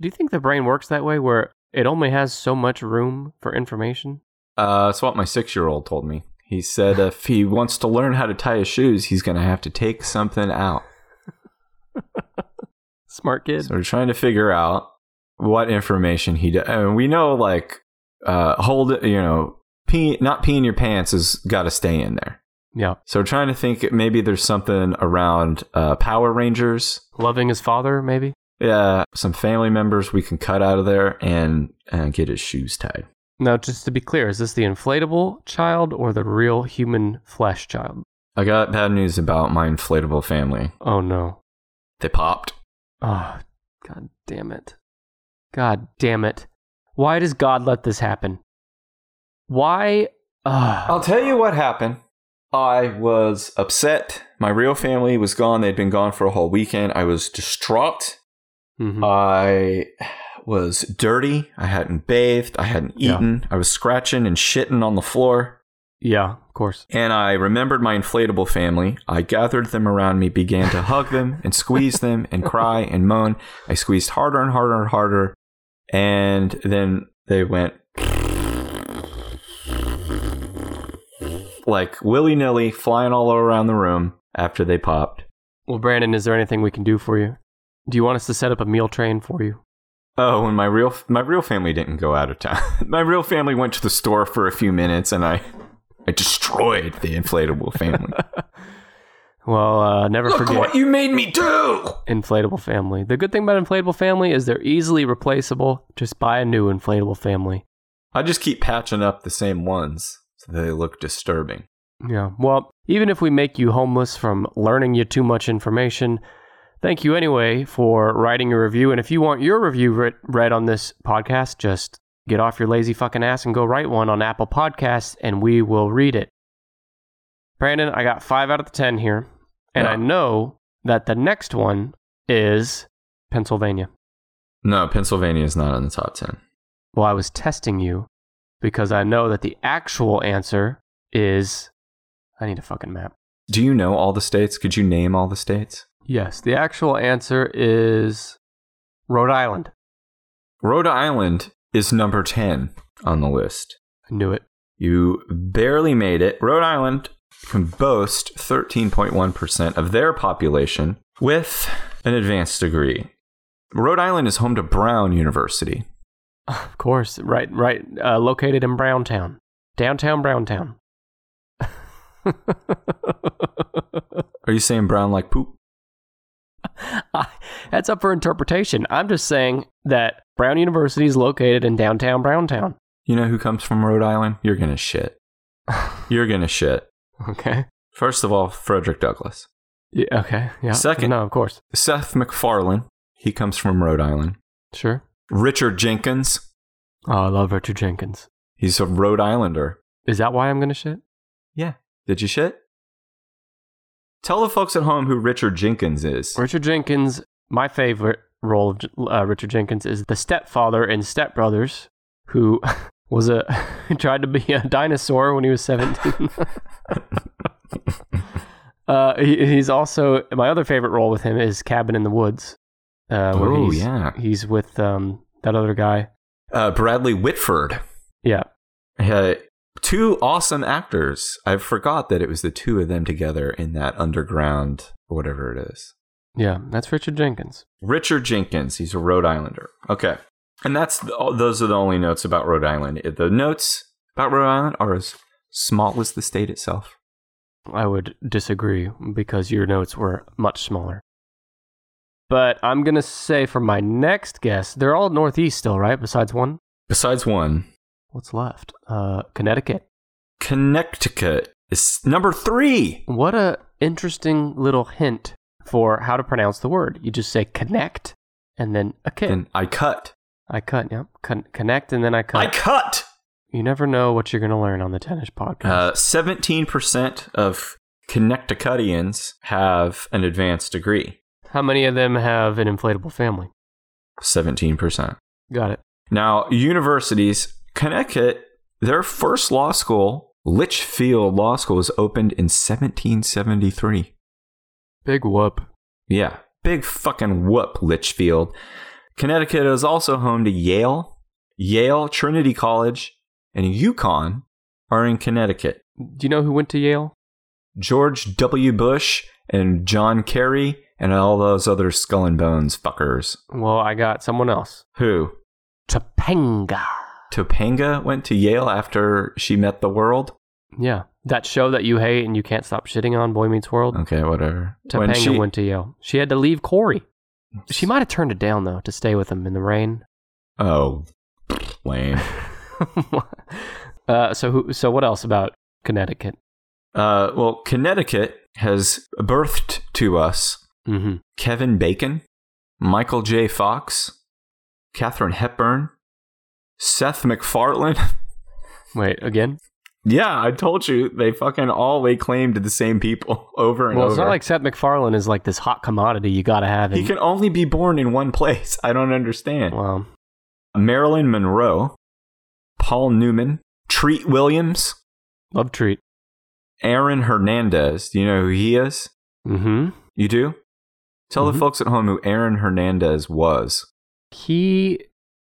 Do you think the brain works that way where it only has so much room for information? Uh, that's what my six year old told me. He said if he wants to learn how to tie his shoes, he's going to have to take something out. Smart kid. So we're trying to figure out what information he does. And we know, like, uh, hold it, you know, pee, not peeing your pants has got to stay in there. Yeah. So we're trying to think maybe there's something around uh, Power Rangers. Loving his father, maybe? Yeah, some family members we can cut out of there and, and get his shoes tied. Now, just to be clear, is this the inflatable child or the real human flesh child? I got bad news about my inflatable family. Oh, no. They popped. Oh, God damn it. God damn it. Why does God let this happen? Why? Uh, I'll tell you what happened. I was upset. My real family was gone. They'd been gone for a whole weekend. I was distraught. Oh. Hmm. Mm-hmm. I was dirty. I hadn't bathed. I hadn't Yeah. eaten. I was scratching and shitting on the floor. Yeah, of course. And I remembered my inflatable family. I gathered them around me, began to hug them and squeeze them and cry and moan. I squeezed harder and harder and harder. And then they went like willy nilly flying all around the room after they popped. Well, Brandon, is there anything we can do for you? Do you want us to set up a meal train for you? Oh, and my real my real family didn't go out of town. my real family went to the store for a few minutes, and I I destroyed the inflatable family. Well, uh, never Look forget what you made me do! inflatable family. The good thing about inflatable family is they're easily replaceable. Just buy a new inflatable family. I just keep patching up the same ones so they look disturbing. Yeah. Well, even if we make you homeless from learning you too much information, thank you anyway for writing a review. And if you want your review writ- read on this podcast, just get off your lazy fucking ass and go write one on Apple Podcasts and we will read it. Brandon, I got five out of the 10 here. And Yeah. I know that the next one is Pennsylvania. No, Pennsylvania is not in the top 10. Well, I was testing you because I know that the actual answer is I need a fucking map. Do you know all the states? Could you name all the states? Yes, the actual answer is Rhode Island. Rhode Island is number 10 on the list. I knew it. You barely made it. Rhode Island can boast 13.1% of their population with an advanced degree. Rhode Island is home to Brown University. Of course, right, right, uh, located in Browntown, downtown Browntown. Are you saying brown like poop? That's up for interpretation. I'm just saying that Brown University is located in downtown Browntown. You know who comes from Rhode Island? You're going to shit. You're going to shit. Okay. First of all, Frederick Douglass. Yeah, okay. Yeah. Second. No, of course. Seth MacFarlane. He comes from Rhode Island. Sure. Richard Jenkins. Oh, I love Richard Jenkins. He's a Rhode Islander. Is that why I'm gonna shit? Yeah. Did you shit? Tell the folks at home who Richard Jenkins is. Richard Jenkins, my favorite role of J- uh, Richard Jenkins is the stepfather in Step Brothers, who was a tried to be a dinosaur when he was seventeen. uh, he, he's also my other favorite role with him is Cabin in the Woods. Uh, where Oh, he's, yeah. he's with um, that other guy. Uh, Bradley Whitford. Yeah, Uh, two awesome actors. I forgot that it was the two of them together in that underground, whatever it is. yeah, that's Richard Jenkins. Richard Jenkins. He's a Rhode Islander. Okay. And that's the, all- those are the only notes about Rhode Island. The notes about Rhode Island are as small as the state itself. I would disagree because your notes were much smaller. But I'm gonna say for my next guess, they're all Northeast still, right? Besides one. Besides one, What's left? Uh, Connecticut. Connecticut is number three. What a interesting little hint for how to pronounce the word. You just say connect and then a kid. And I cut. I cut. Yeah, Con- connect and then I cut. I cut. you never know what you're gonna learn on the tennis podcast. Uh, 17% of Connecticutians have an advanced degree. how many of them have an inflatable family? 17%. Got it. Now, universities, Connecticut, their first law school, Litchfield Law School, was opened in 1773. Big whoop. Yeah, big fucking whoop, Litchfield. Connecticut is also home to Yale, Yale, Trinity College, and Yukon are in Connecticut. Do you know who went to Yale? George W. Bush and John Kerry and all those other skull and bones fuckers. Well, I got someone else. Who? Topanga. Topanga went to Yale after she met the world. Yeah, that show that you hate and you can't stop shitting on, Boy Meets World. Okay, whatever. When Topanga she- went to Yale. She had to leave Corey. She might have turned it down though to stay with him in the rain. Oh, lame. uh, so who, so what else about Connecticut? Uh, well, Connecticut has birthed to us Mm-hmm. Kevin Bacon, Michael J. Fox, Katherine Hepburn, Seth MacFarlane. Wait again? yeah, I told you they fucking all they claimed to the same people over and Well, over. it's not like Seth MacFarlane is like this hot commodity you gotta have. he In, can only be born in one place. I don't understand. well, Marilyn Monroe, Paul Newman, Treat Williams, love treat. Aaron Hernandez. Do you know who he is? Mm-hmm. You do? Tell Mhm. the folks at home who Aaron Hernandez was. He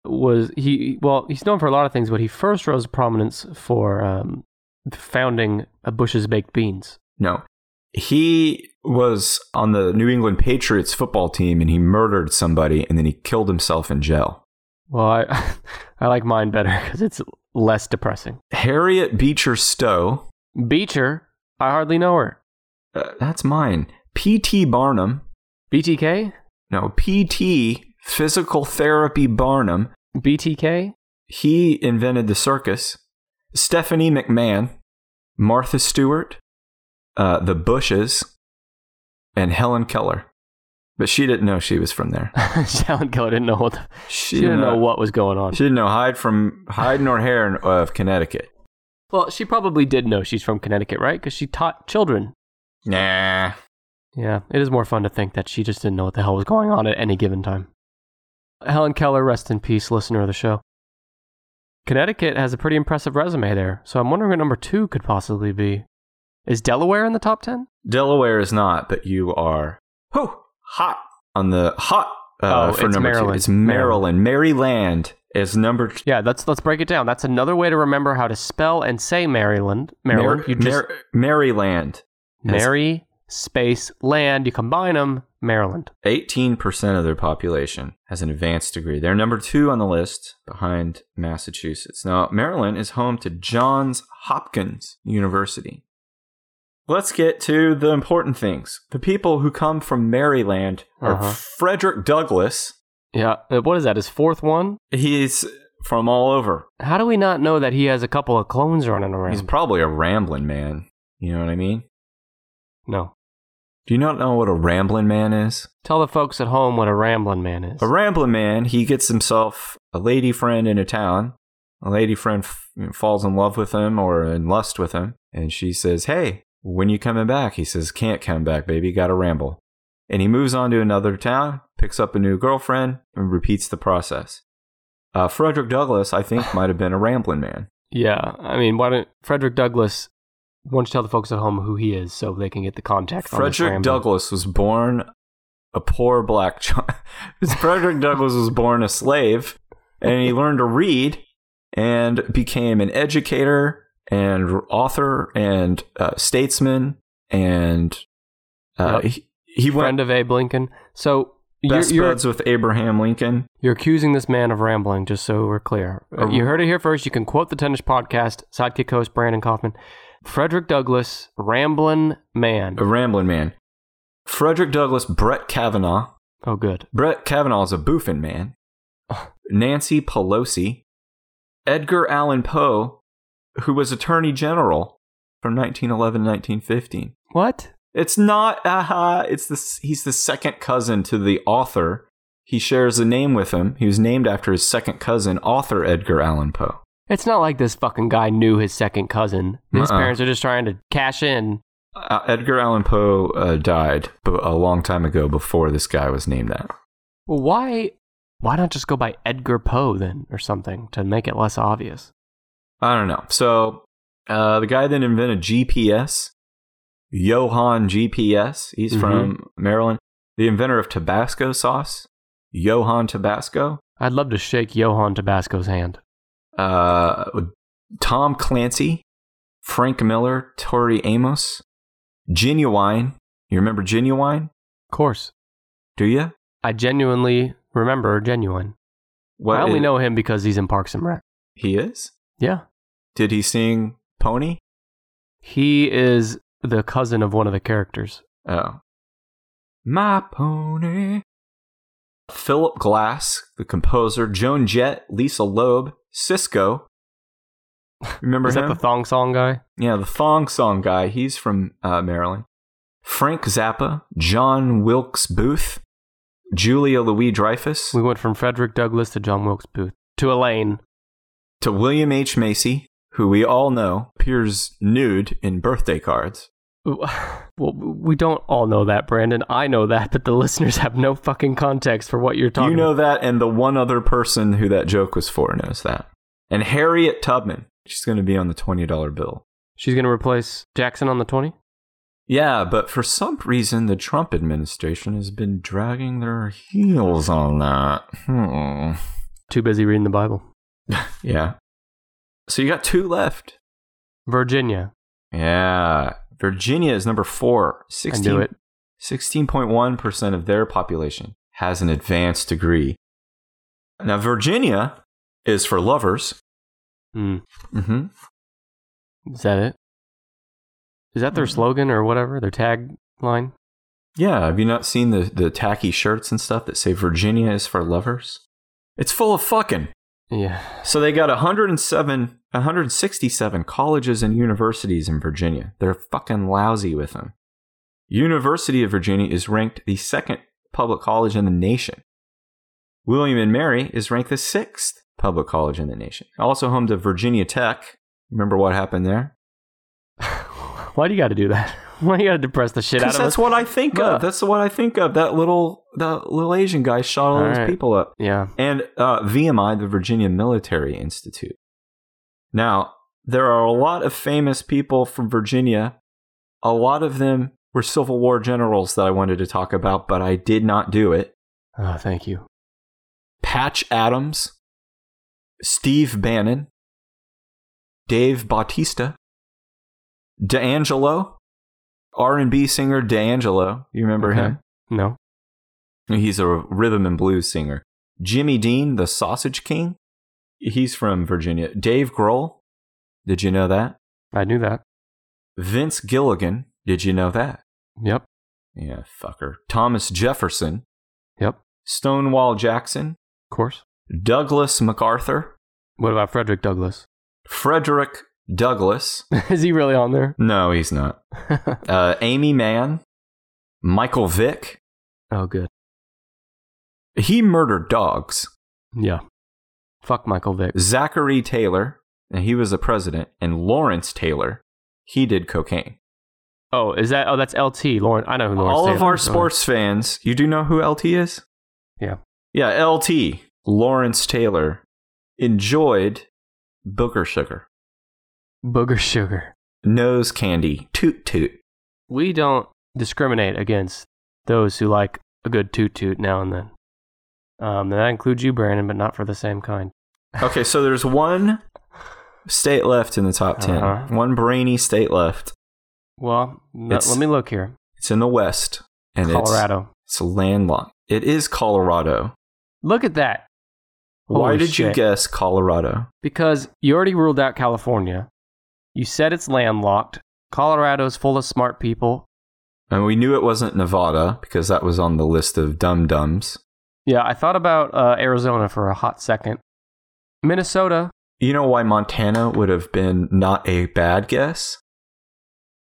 was he well he's known for a lot of things, but he first rose to prominence for um, founding uh, Bush's Baked Beans. No. He was on the New England Patriots football team and he murdered somebody and then he killed himself in jail. Well, I, I like mine better because it's less depressing. Harriet Beecher Stowe, Beecher, I hardly know her. uh, that's mine. P.T. Barnum, BTK? no, P.T. Physical Therapy Barnum, BTK? he invented the circus. Stephanie McMahon, Martha Stewart, uh, the Bushes, and Helen Keller. But she didn't know she was from there. Helen Keller didn't know what the, she didn't know what was going on. She didn't know hide from hide nor hair of Connecticut. well, she probably did know she's from Connecticut, right? Because she taught children. Nah. Yeah, it is more fun to think that she just didn't know what the hell was going on at any given time. Helen Keller, rest in peace, listener of the show. Connecticut has a pretty impressive resume there, so I'm wondering what number two could possibly be. Is Delaware in the top 10? Delaware is not, but you are whew, hot on the hot uh, Oh, for it's number two. Maryland. It's Maryland. Maryland is number t- Yeah, let's let's break it down. That's another way to remember how to spell and say Maryland. Maryland. Mar- you just Mar- Maryland. Mary space land. You combine them, Maryland. 18% of their population has an advanced degree. They're number two on the list behind Massachusetts. Now, Maryland is home to Johns Hopkins University. Let's get to the important things. The people who come from Maryland are Uh-huh. Frederick Douglass. Yeah. uh, What is that? His fourth one? He's from all over. How do we not know that he has a couple of clones running around? He's probably a rambling man. You know what I mean? no. Do you not know what a rambling man is? Tell the folks at home what a rambling man is. A rambling man, he gets himself a lady friend in a town. A lady friend f- falls in love with him or in lust with him, and she says, "Hey, when you coming back?" He says, "Can't come back, baby. Got to ramble." And he moves on to another town, picks up a new girlfriend, and repeats the process. Uh, Frederick Douglass, I think, might have been a rambling man. yeah. I mean, why don't Frederick Douglass? Why don't you tell the folks at home who he is so they can get the context? on this Frederick rambling- Douglass was born a poor black child. Frederick Douglass was born a slave, and he learned to read and became an educator and author and uh, statesman. And uh, Yep. he, he went friend of Abe Lincoln. So you're, best you're buds with Abraham Lincoln. You're accusing this man of rambling, just so we're clear. Uh, you heard it here first. You can quote the Tennis Podcast, Sidekick host Brandon Kaufman. Frederick Douglass, rambling man. A rambling man. Frederick Douglass, Brett Kavanaugh. Oh, good. Brett Kavanaugh is a boofing man. Nancy Pelosi, Edgar Allan Poe, who was Attorney General from 1911 to 1915. What? It's not aha. It's the he's the second cousin to the author. He shares a name with him. He was named after his second cousin, author Edgar Allan Poe. It's not like this fucking guy knew his second cousin. His Uh-uh. parents are just trying to cash in. Uh, Edgar Allan Poe uh, died b- a long time ago before this guy was named that. Well, why? Why not just go by Edgar Poe then, or something, to make it less obvious? I don't know. So uh, the guy that invented GPS, Johann GPS, he's Mhm. from Maryland. The inventor of Tabasco sauce, Johann Tabasco. I'd love to shake Johann Tabasco's hand. Uh, Tom Clancy, Frank Miller, Tori Amos, Genuine. You remember Genuine? Of course, Do you? I genuinely remember genuine. What I only i- know him because he's in Parks and Rec. he is. Yeah. Did he sing Pony? He is the cousin of one of the characters. Oh. My pony. Philip Glass, the composer, Joan Jett, Lisa Loeb, Cisco. Remember is him? that the thong song guy? yeah, the Thong Song guy. He's from uh, Maryland. Frank Zappa, John Wilkes Booth, Julia Louis Dreyfus, We went from Frederick Douglass to John Wilkes Booth to Elaine. to William H. Macy, who we all know appears nude in birthday cards. Well, we don't all know that, Brandon. I know that, but the listeners have no fucking context for what you're talking. you know that, and the one other person who that joke was for knows that. And Harriet Tubman. She's going to be on the $20 bill. she's gonna replace Jackson on the twenty. Yeah, but for some reason, the Trump administration has been dragging their heels on that. Hmm. Too busy reading the Bible. Yeah. So you got two left. Virginia. Yeah. Virginia is number four. I 16, knew it. 16.1% of their population has an advanced degree. Now, Virginia is for lovers. Hmm. Mm-hmm. Is that it? Is that Hmm. their slogan or whatever? Their tagline? Yeah, have you not seen the, the tacky shirts and stuff that say Virginia is for lovers? It's full of fucking. Yeah. So they got 107, 167 colleges and universities in Virginia. They're fucking lousy with them. University of Virginia is ranked the second public college in the nation. William and Mary is ranked the sixth public college in the nation. Also home to Virginia Tech. Remember what happened there? Why do you got to do that? Why you got to depress the shit out 'Cause of that's us? what I think Yeah. of. That's what I think of. That little that little Asian guy shot all, All those right. people up. Yeah. and uh, VMI, the Virginia Military Institute. Now, there are a lot of famous people from Virginia. A lot of them were Civil War generals that I wanted to talk about, but I did not do it. Oh, thank you. Patch Adams, Steve Bannon, Dave Bautista, D'Angelo, R&B singer D'Angelo. You remember Okay. him? No. He's a rhythm and blues singer. Jimmy Dean, the Sausage King. He's from Virginia. Dave Grohl. Did you know that? I knew that. Vince Gilligan. Did you know that? Yep. Yeah, fucker. Thomas Jefferson. Yep. Of Stonewall Jackson. course. Douglas MacArthur. What about Frederick Douglass? Frederick Douglass. Is he really on there? No, he's not. Uh, Amy Mann. Michael Vick. oh, good. He murdered dogs. Yeah. Fuck Michael Vick. Zachary Taylor. And he was the president. And Lawrence Taylor. He did cocaine. Oh, is that? Oh, that's LT. Lauren. I know who Lauren. All of our sports fans, you do know who LT is? Yeah. Yeah, LT, Lawrence Taylor, enjoyed booger sugar, Booger sugar. nose candy, toot toot. We don't discriminate against those who like a good toot toot now and then. Um, that includes you, Brandon, but not for the same kind. Okay, so there's one state left in the top 10, Uh-huh. one brainy state left. Well, let- It's- let me look here. It's in the West, and it's- Colorado. it's, landlocked. It is Colorado. Look at that. Why Holy did you shit. guess Colorado? Because you already ruled out California. You said it's landlocked. Colorado's full of smart people. And we knew it wasn't Nevada because that was on the list of dum dums. Yeah, I thought about uh, Arizona for a hot second. Minnesota. You know why Montana would have been not a bad guess?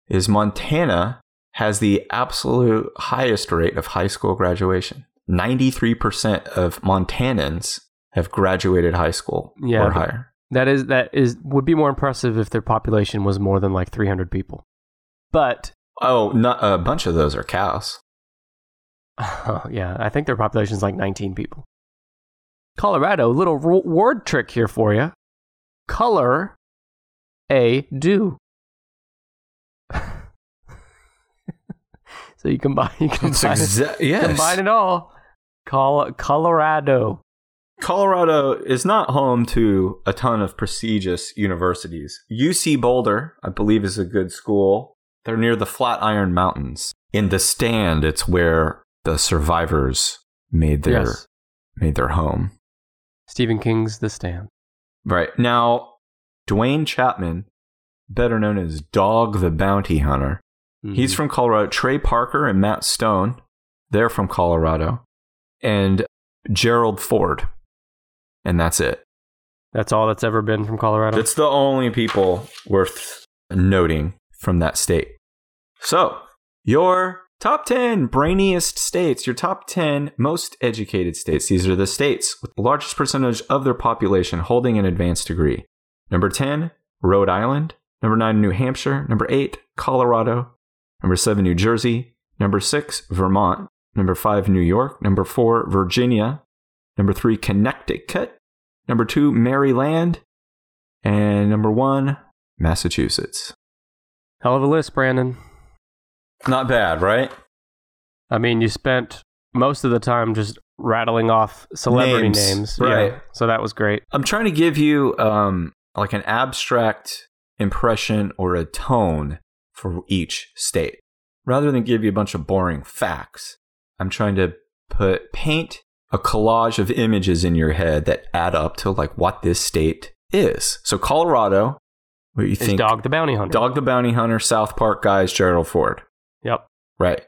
Is Montana has the absolute highest rate of high school graduation. 93% of Montanans have graduated high school Yeah, or but- higher. That is that is would be more impressive if their population was more than like 300 people. But Oh, not, a bunch of those are cows. yeah, I think their population is like 19 people. Colorado, little ro- word trick here for you. Color a do. so you combine, you combine, exactly combine it all. Col- Colorado. Colorado is not home to a ton of prestigious universities. UC Boulder, I believe, is a good school. They're near the Flatiron Mountains. In the stand, it's where the survivors made their Yes. made their home. Stephen King's The Stand. Right. Now, Dwayne Chapman, better known as Dog the Bounty Hunter, Mm-hmm. he's from Colorado. Trey Parker and Matt Stone, they're from Colorado. And Gerald Ford. And that's it. That's all that's ever been from Colorado. That's the only people worth noting from that state. So, your top 10 brainiest states, your top 10 most educated states. These are the states with the largest percentage of their population holding an advanced degree. Number 10, Rhode Island. Number 9, New Hampshire. Number 8, Colorado. Number 7, New Jersey. Number 6, Vermont. Number 5, New York. Number 4, Virginia. Number 3, Connecticut. Number 2, Maryland. And number 1, Massachusetts. Hell of a list, Brandon. Not bad, right? I mean, you spent most of the time just rattling off celebrity Names, names. Yeah, right. so that was great. I'm trying to give you um, like an abstract impression or a tone for each state. rather than give you a bunch of boring facts, I'm trying to put paint a collage of images in your head that add up to like what this state is. So Colorado, what you Is think? Dog the Bounty Hunter. Dog the Bounty Hunter, South Park guys, Gerald Ford. Yep. Right.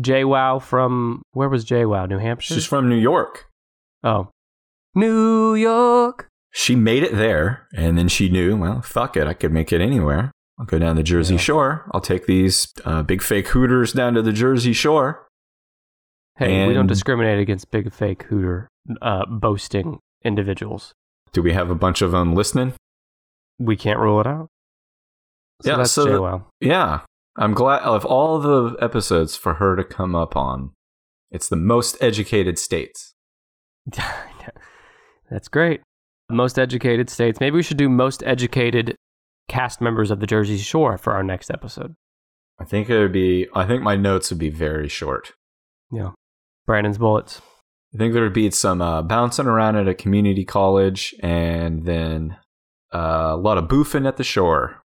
Jay Wow from where was Jay Wow? New Hampshire. She's from New York. oh, New York. She made it there, and then she knew, well, fuck it, I could make it anywhere. I'll go down the Jersey Yeah. Shore. I'll take these uh, big fake Hooters down to the Jersey Shore. Hey, we don't And- discriminate against big fake hooter uh, boasting individuals. Do we have a bunch of them listening? We can't rule it out. So Yeah, that's so- Jay Wow. Yeah. I'm glad of all the episodes for her to come up on. It's the most educated states. That's great. Most educated states. Maybe we should do most educated cast members of the Jersey Shore for our next episode. I think it would be, I think my notes would be very short. Yeah. Brandon's bullets. I think there would be some uh, bouncing around at a community college and then uh, a lot of boofing at the shore.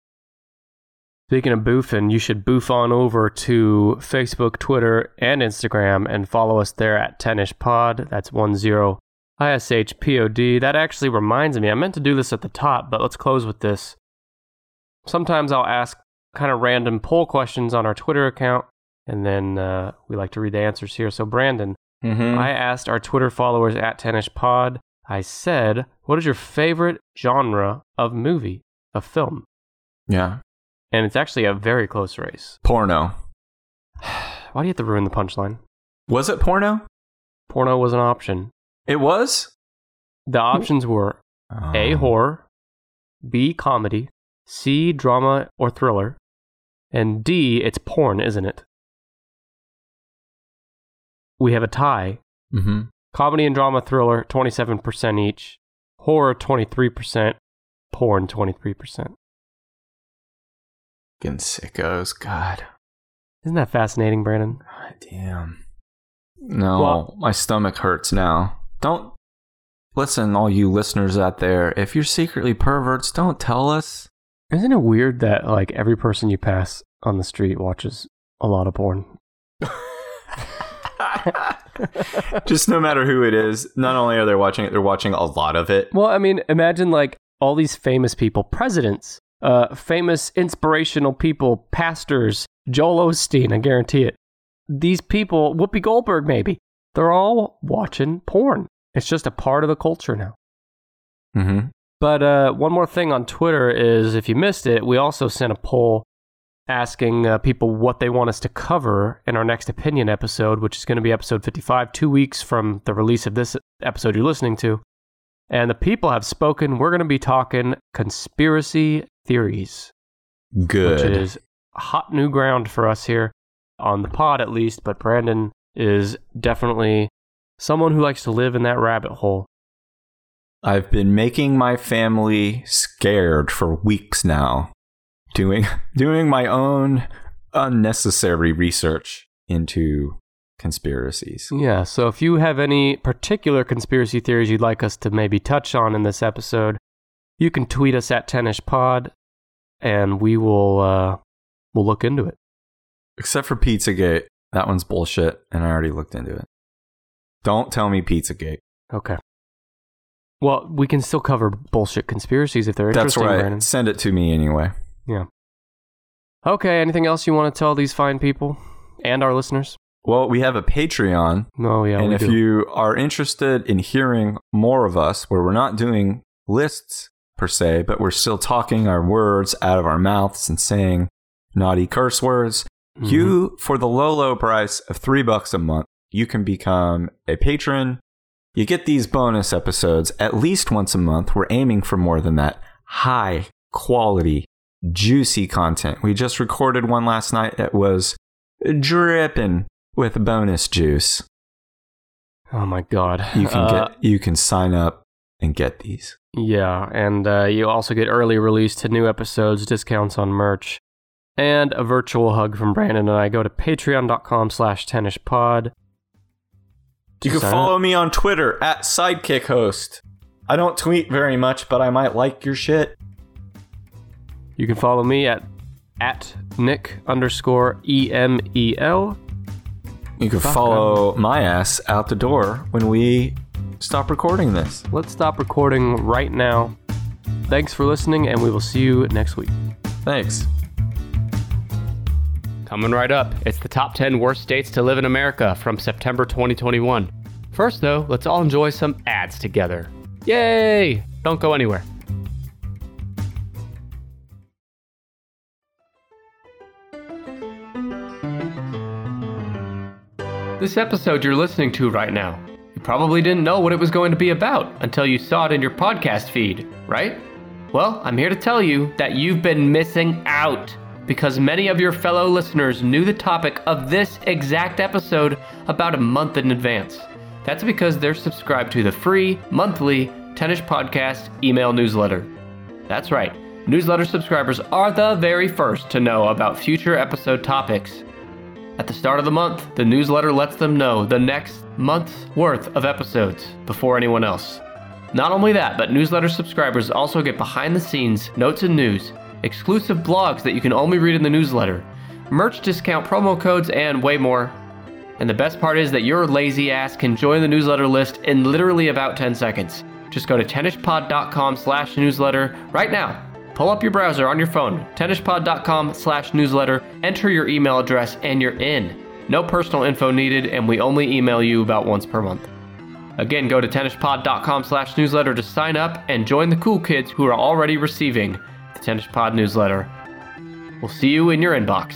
Speaking of boofing, you should boof on over to Facebook, Twitter, and Instagram and follow us there at Tennish Pod. That's one zero I S H P O D. That actually reminds me, I meant to do this at the top, but let's close with this. Sometimes I'll ask kind of random poll questions on our Twitter account, and then uh, we like to read the answers here. So, Brandon, Mm-hmm. I asked our Twitter followers at Tennish Pod, I said, What is your favorite genre of movie, of film? yeah. And it's actually a very close race. Porno. Why do you have to ruin the punchline? Was it porno? Porno was an option. It was? Oh. The options were A, horror, B, comedy, C, drama or thriller, and D, it's porn, isn't it? We have a tie. Mm-hmm. Comedy and drama thriller, 27% each. Horror, 23%. Porn, 23%. Fucking sickos. God. Isn't that fascinating, Brandon? God damn. No, Well- my stomach hurts now. Don't listen, all you listeners out there. If you're secretly perverts, don't tell us. Isn't it weird that, like, every person you pass on the street watches a lot of porn? Just no matter who it is, not only are they watching it, they're watching a lot of it. Well, I mean, imagine like all these famous people, presidents, uh, famous inspirational people, pastors, Joel Osteen, I guarantee it. These people, Whoopi Goldberg, maybe, they're all watching porn. It's just a part of the culture now. Mm-hmm. But uh, one more thing on Twitter is if you missed it, we also sent a poll asking uh, people what they want us to cover in our next opinion episode, which is going to be episode 55, two weeks from the release of this episode you're listening to. And the people have spoken. We're going to be talking conspiracy theories, Good. which is hot new ground for us here on the pod, at least. But Brandon is definitely someone who likes to live in that rabbit hole. I've been making my family scared for weeks now, doing doing my own unnecessary research into conspiracies. Yeah, so if you have any particular conspiracy theories you'd like us to maybe touch on in this episode, you can tweet us at Tennish Pod, and we will uh, we'll look into it. Except for Pizzagate, that one's bullshit, and I already looked into it. Don't tell me Pizzagate. Okay. Well, we can still cover bullshit conspiracies if they're That's interesting, right. Brandon. Send it to me anyway. Okay. Anything else you want to tell these fine people and our listeners? Well, we have a Patreon, No, yeah, and we if do. you are interested in hearing more of us, where we're not doing lists per se, but we're still talking our words out of our mouths and saying naughty curse words, Mhm. You, for the low, low price of three bucks a month, you can become a patron. You get these bonus episodes at least once a month. We're aiming for more than that. High quality, juicy content. We just recorded one last night that was dripping with bonus juice. oh my God, You can Uh, get, you can sign up and get these. Yeah, and uh, you also get early release to new episodes, discounts on merch, and a virtual hug from Brandon and I. Go to patreon.com slash tennispod. You can Sign follow me on Twitter at Sidekick Host. I don't tweet very much, but I might like your shit. You can follow me at at Nick underscore E M E L. You can follow my ass out the door when we stop recording this. Let's stop recording right now. Thanks for listening, and we will see you next week. Thanks. Coming right up, it's the top 10 worst states to live in America from September 2021. First, though, let's all enjoy some ads together. Yay! Don't go anywhere. This episode you're listening to right now, you probably didn't know what it was going to be about until you saw it in your podcast feed, right? Well, I'm here to tell you that you've been missing out because many of your fellow listeners knew the topic of this exact episode about a month in advance. That's because they're subscribed to the free monthly Tennis Podcast email newsletter. That's right, newsletter subscribers are the very first to know about future episode topics. At the start of the month, the newsletter lets them know the next month's worth of episodes before anyone else. Not only that, but newsletter subscribers also get behind the scenes notes and news, exclusive blogs that you can only read in the newsletter, merch discount promo codes, and way more. And the best part is that your lazy ass can join the newsletter list in literally about 10 seconds. Just go to tennishpod.com slash newsletter right now. Pull up your browser on your phone, tennishpod.com slash newsletter, enter your email address, and you're in. No personal info needed, and we only email you about once per month. Again, go to tennispod.com slash newsletter to sign up and join the cool kids who are already receiving the Tennis Pod newsletter. We'll see you in your inbox.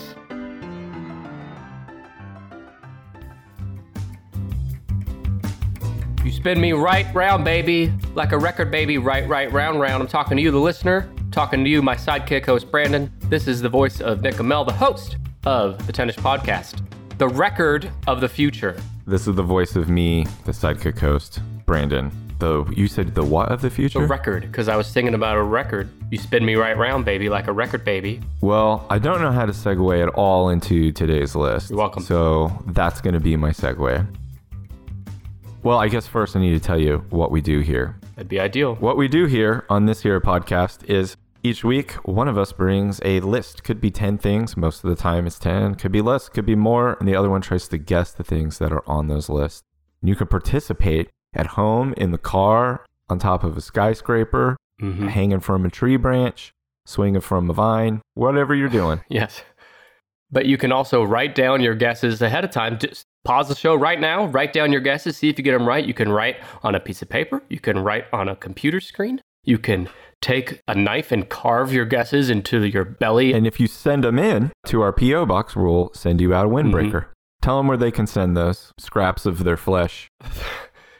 You spin me right round, baby, like a record, baby, right, right, round, round. I'm talking to you, the listener, talking to you, my sidekick host, Brandon. This is the voice of Nick Amell, the host of the Tennis Podcast, the record of the future. This is the voice of me, the sidekick host, Brandon. The you said the what of the future? a record because I was thinking about a record. You spin me right round, baby, like a record, baby. well, I don't know how to segue at all into today's list. You're welcome. So that's gonna be my segue. Well, I guess first I need to tell you what we do here. That'd be ideal. What we do here on this here podcast is each week one of us brings a list. Could be 10 things, most of the time it's 10, could be less, could be more, and the other one tries to guess the things that are on those lists. And you can participate at home, in the car, on top of a skyscraper, Mhm. hanging from a tree branch, swinging from a vine, whatever you're doing. Yes. But you can also write down your guesses ahead of time. Just pause the show right now, write down your guesses, see if you get them right. You can write on a piece of paper, you can write on a computer screen, you can take a knife and carve your guesses into your belly. And if you send them in to our P.O. box, we'll send you out a windbreaker. Tell them where they can send those scraps of their flesh.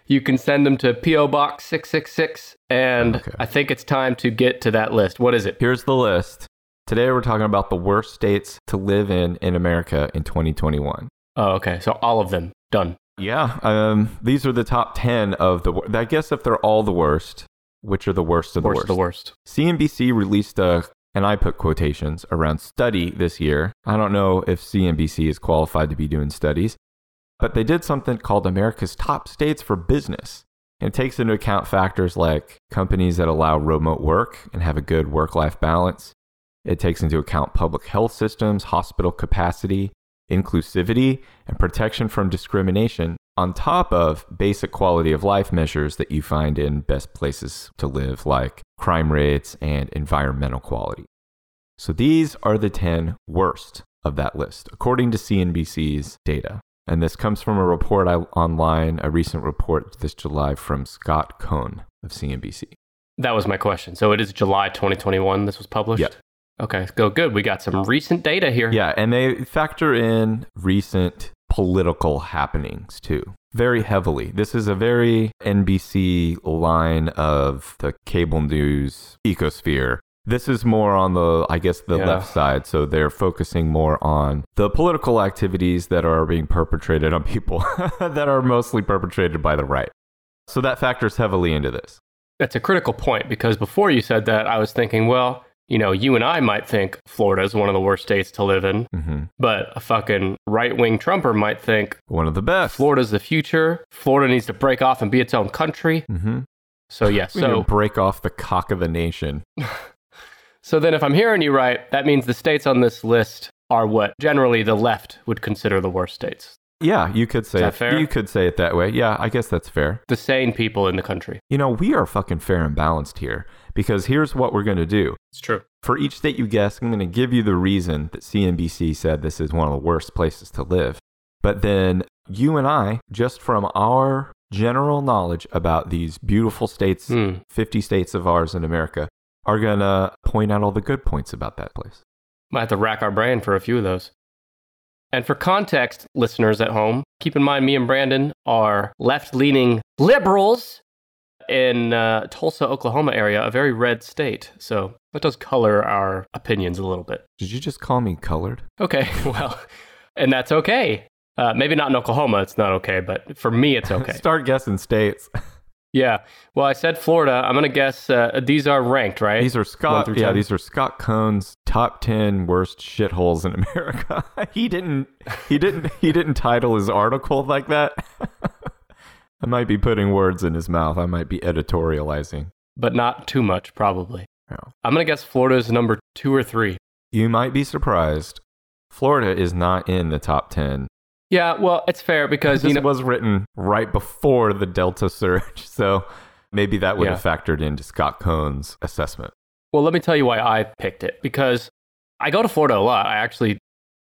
you can send them to P.O. Box 666. And Okay. I think it's time to get to that list. What is it? Here's the list. Today we're talking about the worst states to live in in America in 2021. Oh, okay. So all of them. Done. Yeah, um, these are the top 10 of the. wor- I guess if they're all the worst, which are the worst of the worst worst? of the worst. CNBC released a, and I put quotations around study this year. I don't know if CNBC is qualified to be doing studies, but they did something called America's Top States for Business. And it takes into account factors like companies that allow remote work and have a good work life balance. It takes into account public health systems, hospital capacity, inclusivity, and protection from discrimination, on top of basic quality of life measures that you find in best places to live, like crime rates and environmental quality. So these are the 10 worst of that list, according to CNBC's data. And this comes from a report I, online, a recent report this July from Scott Cohn of CNBC. That was my question. So it is July 2021. This was published. Yep. Okay. Go good. We got some recent data here. Yeah, and they factor in recent political happenings too, very heavily. This is a very NBC line of the cable news ecosphere. This is more on the, I guess, the Yeah. left side. So they're focusing more on the political activities that are being perpetrated on people that are mostly perpetrated by the right. So that factors heavily into this. That's a critical point because before you said that, I was thinking, well, you know, you and I might think Florida is one of the worst states to live in, hmm but a fucking right wing Trumper might think One of the best. Florida's the future. Florida needs to break off and be its own country. hmm So, yeah. So So, break off the cock of the nation. So then, if I'm hearing you right, that means the states on this list are what generally the left would consider the worst states. Yeah, you could say that it. fair? You could say it that way. Yeah, I guess that's fair. The sane people in the country. You know, we are fucking fair and balanced here because here's what we're going to do. It's true. For each state you guess, I'm going to give you the reason that CNBC said this is one of the worst places to live. But then you and I, just from our general knowledge about these beautiful states, Hmm. 50 states of ours in America, are going to point out all the good points about that place. Might have to rack our brain for a few of those. And for context, listeners at home, keep in mind me and Brandon are left leaning liberals in uh, Tulsa, Oklahoma area, a very red state. So that does color our opinions a little bit. Did you just call me colored? Okay, well, and that's okay. Uh, maybe not in Oklahoma, it's not okay, but for me, it's okay. Start guessing states. yeah. Well, I said Florida. I'm going to guess uh, these are ranked, right? These are Scott. through Yeah, 10? these are Scott Cohn's top ten worst shitholes in America. he didn't. He didn't. He didn't title his article like that. I might be putting words in his mouth. I might be editorializing. but not too much, probably. No. I'm going to guess Florida's number two or three. You might be surprised. Florida is not in the top ten. Yeah, well, it's fair because, This you know, was written right before the Delta surge, so maybe that would Yeah. have factored into Scott Cohn's assessment. Well, let me tell you why I picked it because I go to Florida a lot. I actually,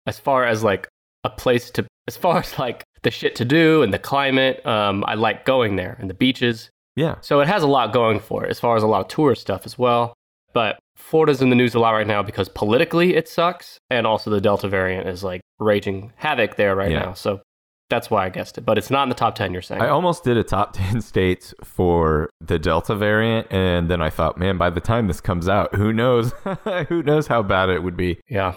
as far as like a place to, as far as like the shit to do and the climate, um, I like going there and the beaches. Yeah, So it has a lot going for it as far as a lot of tourist stuff as well. But Florida's in the news a lot right now because politically it sucks. And also the Delta variant is like raging havoc there right Yeah. now. So that's why I guessed it. But it's not in the top 10, you're saying. I almost did a top 10 states for the Delta variant. And then I thought, man, by the time this comes out, who knows? who knows how bad it would be? Yeah.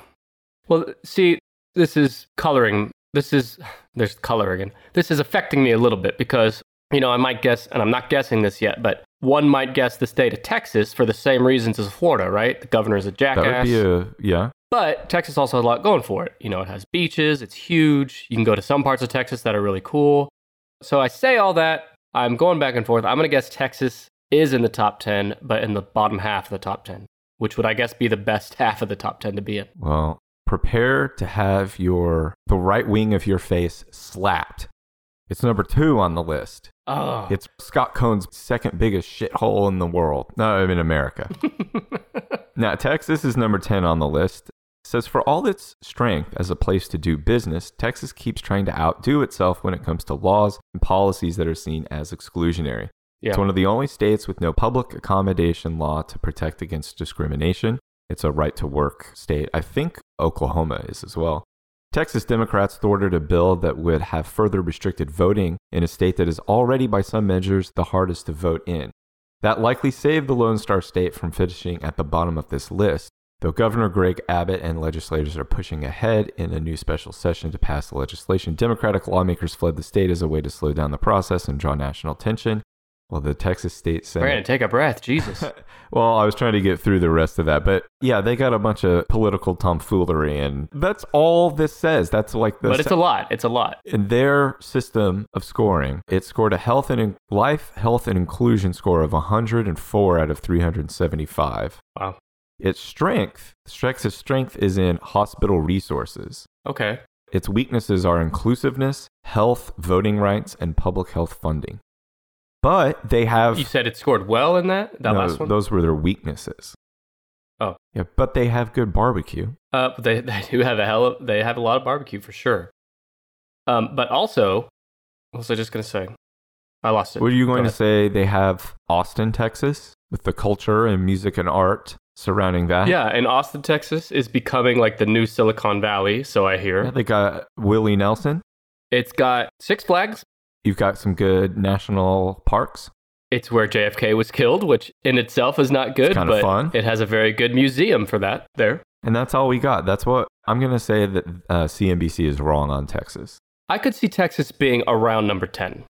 Well, see, this is coloring. This is, there's color again. This is affecting me a little bit because, you know, I might guess, and I'm not guessing this yet, but one might guess the state of Texas for the same reasons as Florida, right? The governor's a jackass. That would be a, yeah. But Texas also has a lot going for it. You know, it has beaches, it's huge. You can go to some parts of Texas that are really cool. So I say all that. I'm going back and forth. I'm going to guess Texas is in the top 10, but in the bottom half of the top 10, which would, I guess, be the best half of the top 10 to be in. Well, prepare to have your, the right wing of your face slapped. It's number two on the list. Oh. It's Scott Cohn's second biggest shithole in the world. No, I mean America. now, Texas is number 10 on the list. It says for all its strength as a place to do business, Texas keeps trying to outdo itself when it comes to laws and policies that are seen as exclusionary. Yeah. It's one of the only states with no public accommodation law to protect against discrimination. It's a right to work state. I think Oklahoma is as well. Texas Democrats thwarted a bill that would have further restricted voting in a state that is already, by some measures, the hardest to vote in. That likely saved the Lone Star State from finishing at the bottom of this list, though Governor Greg Abbott and legislators are pushing ahead in a new special session to pass the legislation. Democratic lawmakers fled the state as a way to slow down the process and draw national attention. Well, the Texas State Senate. Brandon, take a breath. Jesus. Well, I was trying to get through the rest of that, but yeah, they got a bunch of political tomfoolery, and that's all this says. That's like the but it's a lot. It's a lot. in their system of scoring, it scored a health and in- life, health and inclusion score of 104 out of 375. Wow. Its strength, Strex's strength is in hospital resources. Okay. Its weaknesses are inclusiveness, health, voting rights, and public health funding. But they have You said it scored well in that that no, last one. Those were their weaknesses. Oh. Yeah, but they have good barbecue. Uh, they they do have a hell of they have a lot of barbecue for sure. Um, but also, what was I just gonna say? I lost it. What are you Go going to ahead. say? They have Austin, Texas, with the culture and music and art surrounding that. Yeah, and Austin, Texas is becoming like the new Silicon Valley. So I hear Yeah, they got Willie Nelson. it's got Six Flags. You've got some good national parks. It's where JFK was killed, which in itself is not good, kinda but fun. it has a very good museum for that there. And that's all we got. That's what I'm going to say that uh, CNBC is wrong on Texas. I could see Texas being around number 10,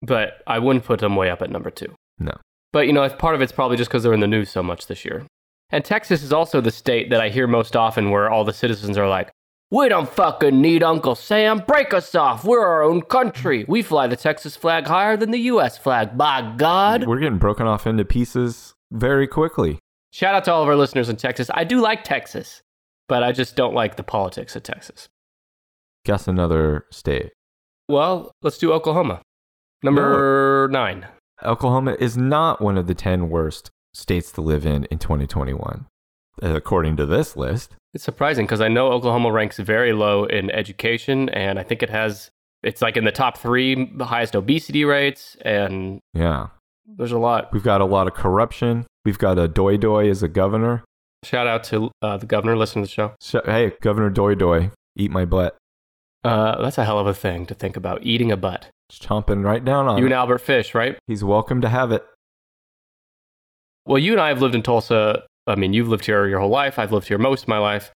but I wouldn't put them way up at number two. No. But, you know, if part of it's probably just because they're in the news so much this year. And Texas is also the state that I hear most often where all the citizens are like, we don't fucking need Uncle Sam. Break us off. We're our own country. We fly the Texas flag higher than the U.S. flag. By God. We're getting broken off into pieces very quickly. Shout out to all of our listeners in Texas. I do like Texas, but I just don't like the politics of Texas. Guess another state. Well, let's do Oklahoma. Number nine. Oklahoma is not one of the 10 worst states to live in in 2021, according to this list. It's surprising because I know Oklahoma ranks very low in education, and I think it has, it's like in the top three, the highest obesity rates, and Yeah. there's a lot. We've got a lot of corruption. We've got a Doi Doi as a governor. Shout out to uh, the governor listening to the show. Sh- Hey, Governor Doi Doi, eat my butt. Uh, that's a hell of a thing to think about eating a butt. It's chomping right down on You it. and Albert Fish, right? He's welcome to have it. Well, you and I have lived in Tulsa. I mean, you've lived here your whole life. I've lived here most of my life.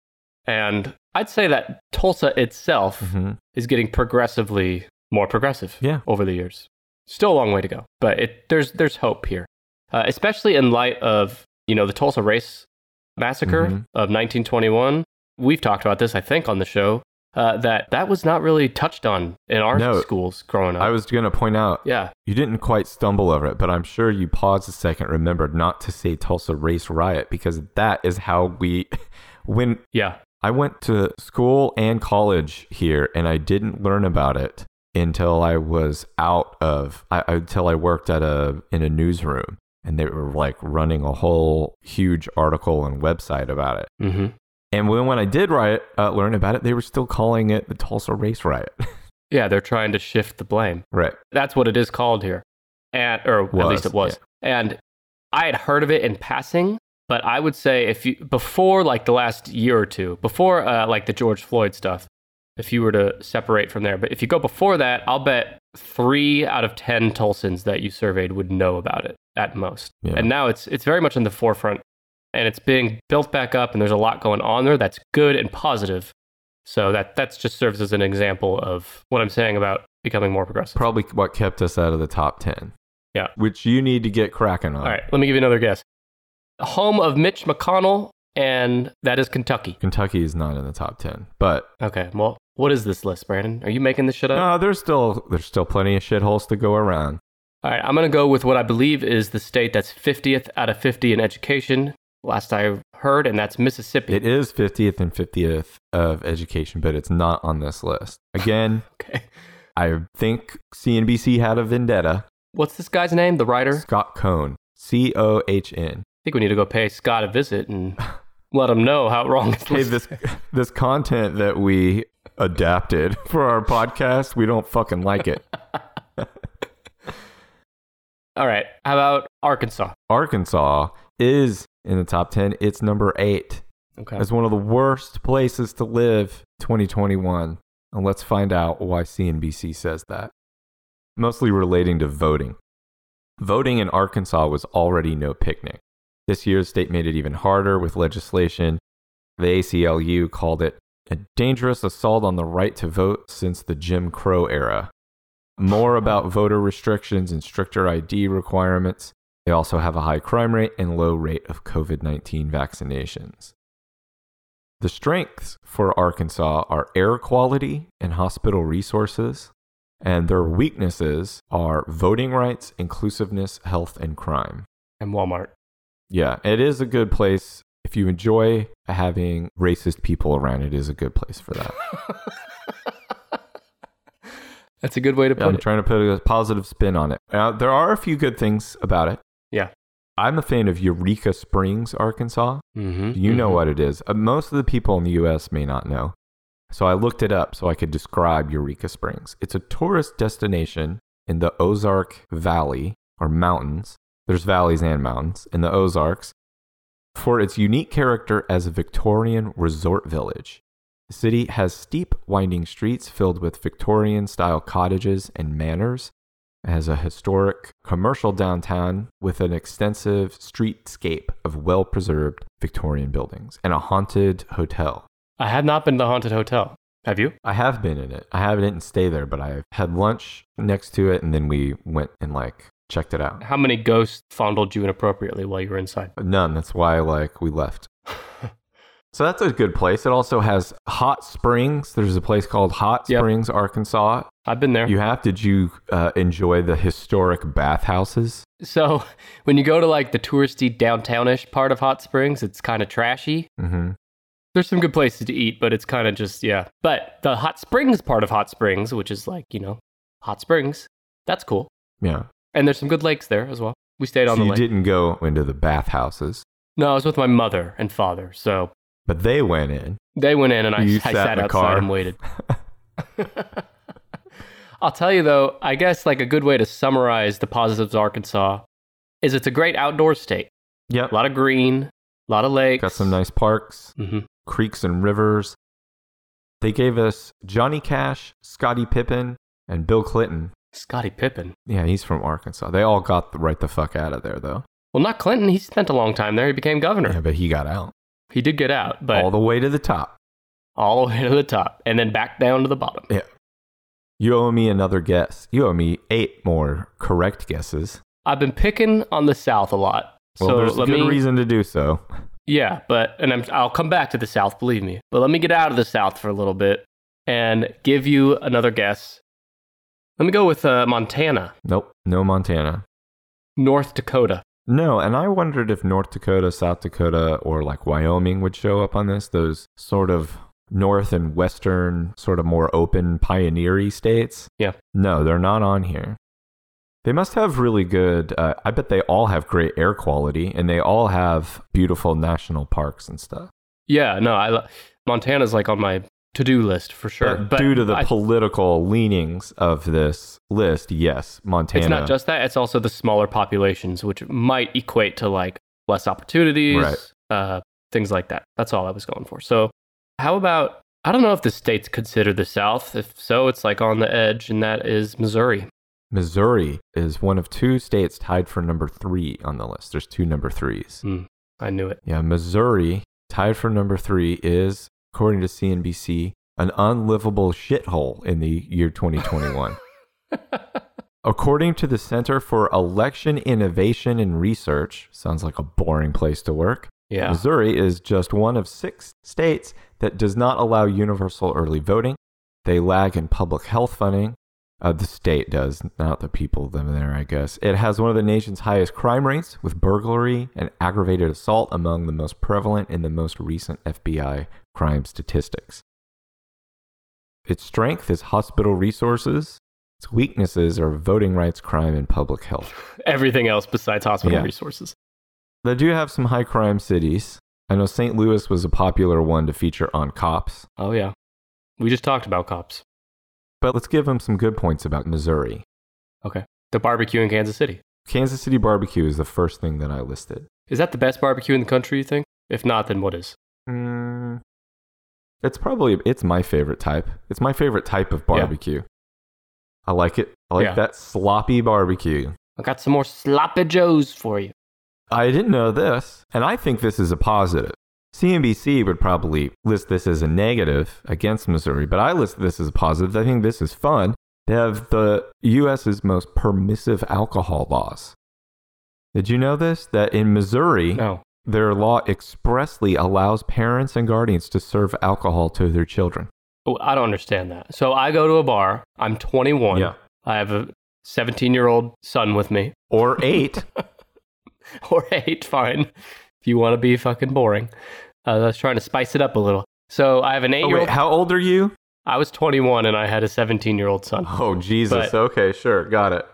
And I'd say that Tulsa itself hmm is getting progressively more progressive Yeah. over the years. Still a long way to go, but it, there's, there's hope here, uh, especially in light of, you know, the Tulsa race massacre Mhm. of 1921. We've talked about this, I think, on the show, uh, that that was not really touched on in our No. schools growing up. I was going to point out yeah. You didn't quite stumble over it, but I'm sure you paused a second, remembered not to say Tulsa Race Riot because that is how we. When Yeah. I went to school and college here, and I didn't learn about it until I was out of I, until I worked at a in a newsroom, and they were like running a whole huge article and website about it. hmm And when when I did riot, uh, learn about it, they were still calling it the Tulsa Race Riot. Yeah. They're trying to shift the blame. right? That's what it is called here. And or at Was, least it was. And I had heard of it in passing, but I would say if you before like the last year or two, before uh, like the George Floyd stuff, if you were to separate from there, but if you go before that, I'll bet 3 out of 10 Tulsans that you surveyed would know about it at most. Yeah. And now it's it's very much in the forefront and it's being built back up and there's a lot going on there that's good and positive. So that that's just serves as an example of what I'm saying about becoming more progressive. Probably what kept us out of the top ten. Yeah. which you need to get cracking on. All right, let me give you another guess. Home of Mitch McConnell, and that is Kentucky. Kentucky is not in the top ten, but Okay, well, what is this list, Brandon? Are you making this shit up? no, there's still there's still plenty of shitholes to go around. All right, I'm going to go with what I believe is the state that's 50th out of 50 in education, last I heard, and that's Mississippi. It is 50th and 50th of education, but it's not on this list. Again, Okay. I think CNBC had a vendetta. What's this guy's name? The writer? I Scott Cohn, C O H N. think we need to go pay Scott a visit and let him know how wrong his Hey, list this this content that we adapted for our podcast, we don't fucking like it. All right, how about Arkansas? Arkansas is in the top 10. It's number 8. Okay. as one of the worst places to live 2021. And let's find out why CNBC says that. Mostly relating to voting. Voting in Arkansas was already no picnic. This year's state made it even harder with legislation. The ACLU called it a dangerous assault on the right to vote since the Jim Crow era. More about voter restrictions and stricter ID requirements. They also have a high crime rate and low rate of COVID 19 vaccinations. The strengths for Arkansas are air quality and hospital resources, and their weaknesses are voting rights, inclusiveness, health, and crime. and Walmart. Yeah, it is a good place. If you enjoy having racist people around, it is a good place for that. That's a good way to put I'm it. trying to put a positive spin on it. Now, there are a few good things about it. Yeah. I'm a fan of Eureka Springs, Arkansas. mm-hmm. You know what it is. Uh, most of the people in the US may not know. So I looked it up so I could describe Eureka Springs. It's a tourist destination in the Ozark Valley or mountains. There's valleys and mountains in the Ozarks for its unique character as a Victorian resort village. The city has steep, winding streets filled with Victorian style cottages and manors. It has a historic commercial downtown with an extensive streetscape of well preserved Victorian buildings and a haunted hotel. I have not been to the haunted hotel. Have you? I have been in it. I have didn't stay there, but I had lunch next to it and then we went and like checked it out. How many ghosts fondled you inappropriately while you were inside? None. That's why like we left. So that's a good place. It also has Hot Springs. There's a place called Hot Yep. Springs, Arkansas. I've been there. You have. Did you uh, enjoy the historic bathhouses? So when you go to like the touristy downtownish part of Hot Springs, it's kind of trashy. Mm-hmm. There's some good places to eat, but it's kind of just yeah. But the Hot Springs part of Hot Springs, which is like you know Hot Springs, that's cool. Yeah. And there's some good lakes there as well. We stayed on So the you lake. didn't go into the bathhouses, No, I was with my mother and father, so but they went in. they went in and I, You I sat sat in the outside car. and waited. I'll tell you though, I guess like a good way to summarize the positives of Arkansas is it's a great outdoor state. Yep. A lot of green, a lot of lakes. Got some nice parks, hmm creeks, and rivers. They gave us Johnny Cash, Scottie Pippen, and Bill Clinton. Scottie Pippen. Yeah, he's from Arkansas. They all got the, right the fuck out of there, though. Well, not Clinton. He spent a long time there. He became governor. Yeah, but he got out He did get out, but all the way to the top. all the way to the top and then back down to the bottom. Yeah. You owe me another guess. You owe me eight more correct guesses. I've been picking on the South a lot. Well, so there's a let good me reason to do so. Yeah, but and I'm, I'll come back to the South, believe me. But let me get out of the South for a little bit and give you another guess. Let me go with uh, Montana, Nope, no Montana. North Dakota. No, and I wondered if North Dakota, South Dakota, or like Wyoming would show up on this. Those sort of north and western, sort of more open pioneery states. Yeah. No, they're not on here. They must have really good. Uh, I bet they all have great air quality, and they all have beautiful national parks and stuff. Yeah, no, I lo- Montana's like on my to-do list for sure. But, due to the I- political leanings of this list, yes, Montana. it's not just that; it's also the smaller populations, which might equate to like less opportunities, Right. uh, things like that. That's all I was going for. So, how about I don't know if the state's considered the South. If so, it's like on the edge, and that is Missouri. Missouri is one of two states tied for number three on the list. There's two number threes. I knew it. Yeah, Missouri, tied for number three, is, according to CNBC, an unlivable shithole in the year 2021. according to the Center for Election Innovation and Research, sounds like a boring place to work. Yeah. Missouri is just one of six states that does not allow universal early voting. They lag in public health funding. Uh, the state does, not the people them there, I guess. It has one of the nation's highest crime rates, with burglary and aggravated assault among the most prevalent in the most recent FBI crime statistics. Its strength is hospital resources. Its weaknesses are voting rights, crime, and public health. everything else besides hospital Yeah. resources. They do have some high crime cities. I know St. Louis was a popular one to feature on cops, Oh yeah. We just talked about cops. but let's give them some good points about Missouri. The barbecue in Kansas City. Kansas City barbecue is the first thing that I listed. Is that the best barbecue in the country, you think? If not, then what is? Mm, it's probably it's my favorite type. It's my favorite type of barbecue. I like it. I like Yeah. that sloppy barbecue. I got some more sloppy joes for you. I didn't know this, and I think this is a positive. CNBC would probably list this as a negative against Missouri, but I list this as a positive. I think this is fun. They have the U.S.'s most permissive alcohol laws. Did you know this? That in Missouri, No. their law expressly allows parents and guardians to serve alcohol to their children. Oh, I don't understand that. So I go to a bar. I'm 21. Yeah. I have a 17 year old son with me. Or eight. Or eight, fine. If you want to be fucking boring. Uh, I was trying to spice it up a little. So I have an eight oh, year old. wait, how old are you? I was 21 and I had a 17 year old son. Oh, Jesus. But- okay, sure. Got it.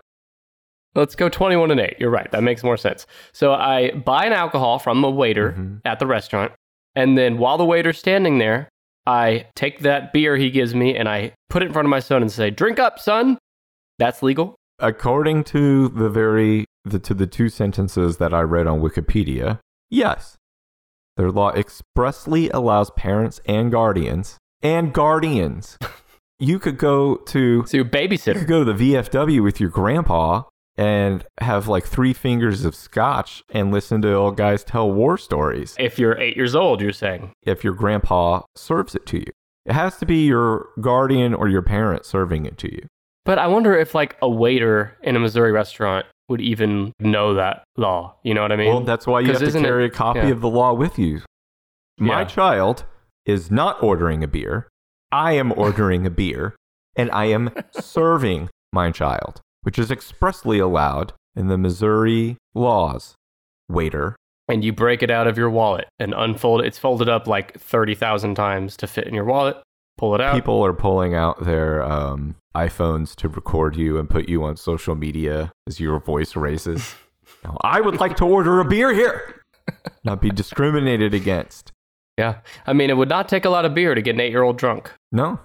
Let's go 21 and 8. You're right. That makes more sense. So I buy an alcohol from the waiter Mhm. at the restaurant. And then while the waiter's standing there, I take that beer he gives me and I put it in front of my son and say, Drink up, son. That's legal. according to the very the, to the two sentences that i read on wikipedia yes their law expressly allows parents and guardians and guardians you could go to So you're a you could babysitter. go to the vfw with your grandpa and have like three fingers of scotch and listen to old guys tell war stories If you're eight years old, you're saying. if your grandpa serves it to you it has to be your guardian or your parent serving it to you But I wonder if, like, a waiter in a Missouri restaurant would even know that law. You know what I mean? well that's why you 'cause have to isn't it- carry a copy yeah. of the law with you My Yeah. child is not ordering a beer. I am ordering a beer and I am serving my child, which is expressly allowed in the Missouri laws. Waiter. and you break it out of your wallet and unfold it. It's folded up like 30,000 times to fit in your wallet. Pull it out. People are pulling out their um, iPhones to record you and put you on social media as your voice raises. Now, I would like to order a beer here, not be discriminated against. Yeah. I mean, it would not take a lot of beer to get an eight year old drunk, No.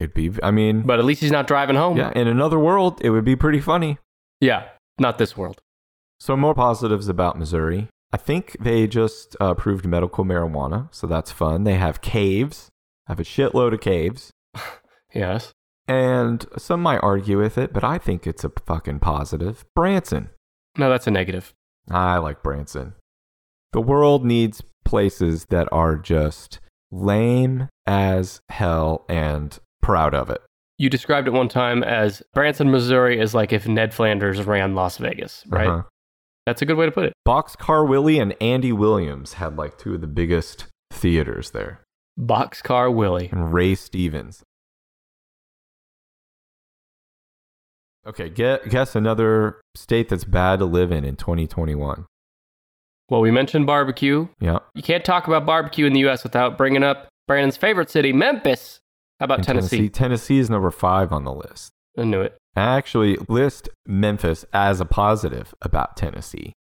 It'd be, I mean, but at least he's not driving home. yeah, in another world, it would be pretty funny. Yeah. Not this world. So, more positives about Missouri. I think they just uh, approved medical marijuana, so that's fun. They have caves, have a shitload of caves. Yes. And some might argue with it, but I think it's a fucking positive. Branson. No, that's a negative. I like Branson. The world needs places that are just lame as hell and proud of it. You described it one time as Branson, Missouri is like if Ned Flanders ran Las Vegas, right? Uh-huh. That's a good way to put it. Boxcar Willie and Andy Williams had like two of the biggest theaters there, Boxcar Willie. and Ray Stevens. Okay, get, guess another state that's bad to live in in 2021. Well, we mentioned barbecue. Yeah, You can't talk about barbecue in the U.S. without bringing up Brandon's favorite city, Memphis. How about in Tennessee. Tennessee? Tennessee is number five on the list. I knew it. I actually list Memphis as a positive about Tennessee.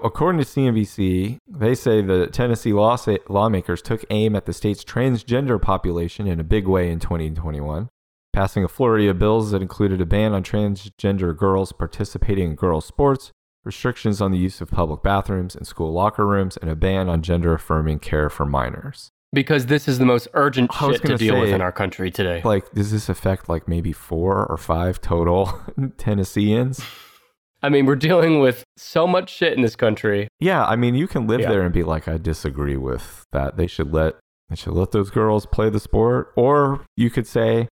According to CNBC, they say the Tennessee law lawmakers took aim at the state's transgender population in a big way in 2021, passing a flurry of bills that included a ban on transgender girls participating in girls' sports, restrictions on the use of public bathrooms and school locker rooms, and a ban on gender affirming care for minors. Because this is the most urgent I was shit to gonna deal with say- in our country today. Like, does this affect like maybe four or five total Tennesseans? I mean, we're dealing with so much shit in this country. Yeah, I mean, you can live Yeah. there and be like, I disagree with that. They should let they should let those girls play the sport, or you could say,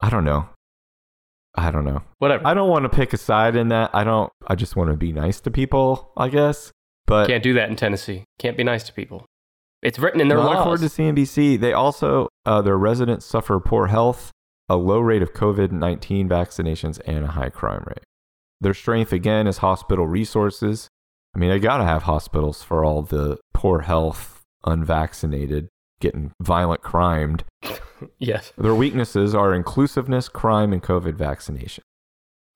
I don't know, I don't know. Whatever. I don't want to pick a side in that. I don't. I just want to be nice to people, I guess. But Can't do that in Tennessee. Can't be nice to people. It's written in their not laws. according to CNBC, they also uh, their residents suffer poor health, a low rate of COVID nineteen vaccinations, and a high crime rate. Their strength again is hospital resources. I mean, they gotta have hospitals for all the poor health, unvaccinated, getting violent crimed. yes. Their weaknesses are inclusiveness, crime, and COVID vaccination.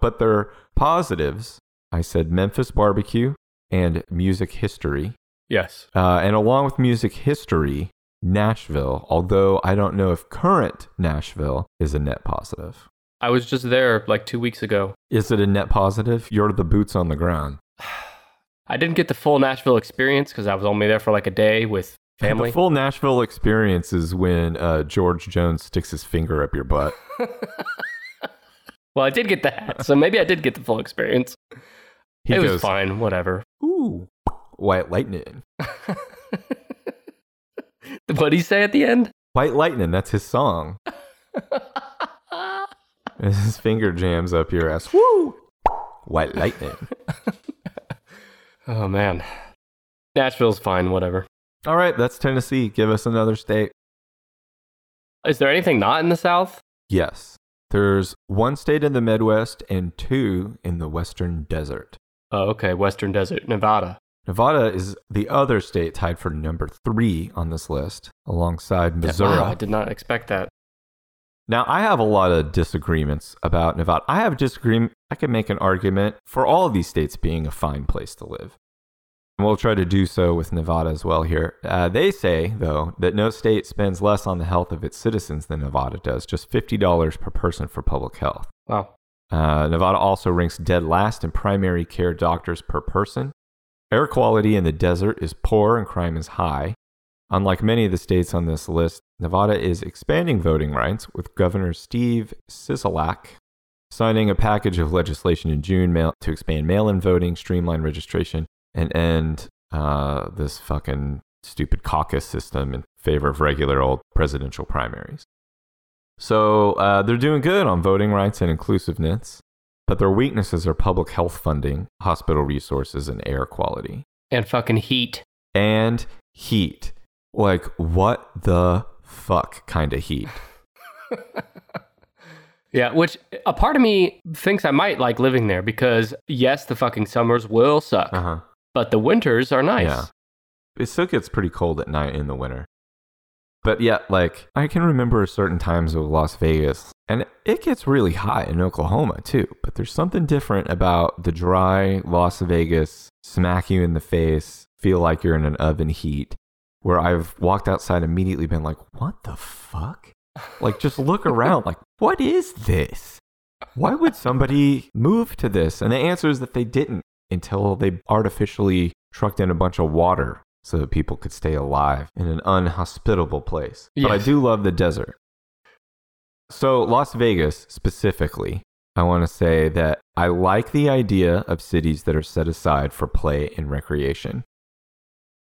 But their positives, I said Memphis barbecue and music history. Yes. Uh, and along with music history, Nashville, although I don't know if current Nashville is a net positive. I was just there like two weeks ago. Is it a net positive? You're the boots on the ground. I didn't get the full Nashville experience because I was only there for like a day with family. The full Nashville experience is when uh, George Jones sticks his finger up your butt. well, I did get that. So maybe I did get the full experience. He it goes, was fine. Whatever. Ooh, white lightning. What'd he say at the end? White lightning, that's his song. And his finger jams up your ass. Woo! White lightning. Oh, man. Nashville's fine. Whatever. All right, that's Tennessee. Give us another state. Is there anything not in the South? Yes. There's one state in the Midwest and two in the Western Desert. Oh, okay. Western Desert, Nevada. Nevada is the other state tied for number three on this list, alongside Missouri. Wow, I did not expect that. now, I have a lot of disagreements about Nevada. I have disagreement. I can make an argument for all of these states being a fine place to live. And we'll try to do so with Nevada as well here. Uh, they say, though, that no state spends less on the health of its citizens than Nevada does, just $50 per person for public health. Wow. Uh, Nevada also ranks dead last in primary care doctors per person. Air quality in the desert is poor and crime is high. Unlike many of the states on this list, Nevada is expanding voting rights with Governor Steve Sisolak signing a package of legislation in June mail- to expand mail in voting, streamline registration, and end uh, this fucking stupid caucus system in favor of regular old presidential primaries. So uh, they're doing good on voting rights and inclusiveness, but their weaknesses are public health funding, hospital resources, and air quality. And fucking heat. And heat. Like, what the fuck kind of heat? Yeah, which a part of me thinks I might like living there because yes, the fucking summers will suck, Uh huh. but the winters are nice. Yeah. It still gets pretty cold at night in the winter. But yet, like, I can remember certain times of Las Vegas, and it gets really hot in Oklahoma too. But there's something different about the dry Las Vegas, smack you in the face, feel like you're in an oven heat, where I've walked outside immediately, been like, what the fuck? Like, just look around, like, what is this? Why would somebody move to this? And the answer is that they didn't until they artificially trucked in a bunch of water so that people could stay alive in an unhospitable place. But I Yes. do love the desert. So, Las Vegas specifically, I want to say that I like the idea of cities that are set aside for play and recreation.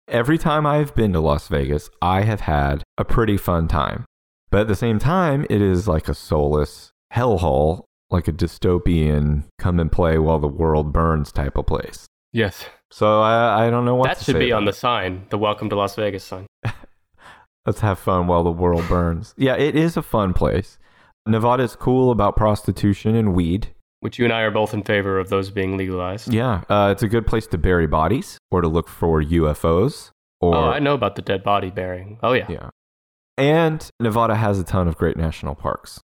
Every time I've been to Las Vegas, I have had a pretty fun time. But at the same time, it is like a soulless hellhole, like a dystopian come and play while the world burns type of place. Yes. So I, I don't know what that to should say be on about the sign, the welcome to Las Vegas sign. let's have fun while the world burns. yeah, it is a fun place. Nevada's cool about prostitution and weed. Which you and I are both in favor of those being legalized. Yeah, uh, it's a good place to bury bodies or to look for UFOs. Or oh, I know about the dead body burying. Oh yeah. yeah. And Nevada has a ton of great national parks.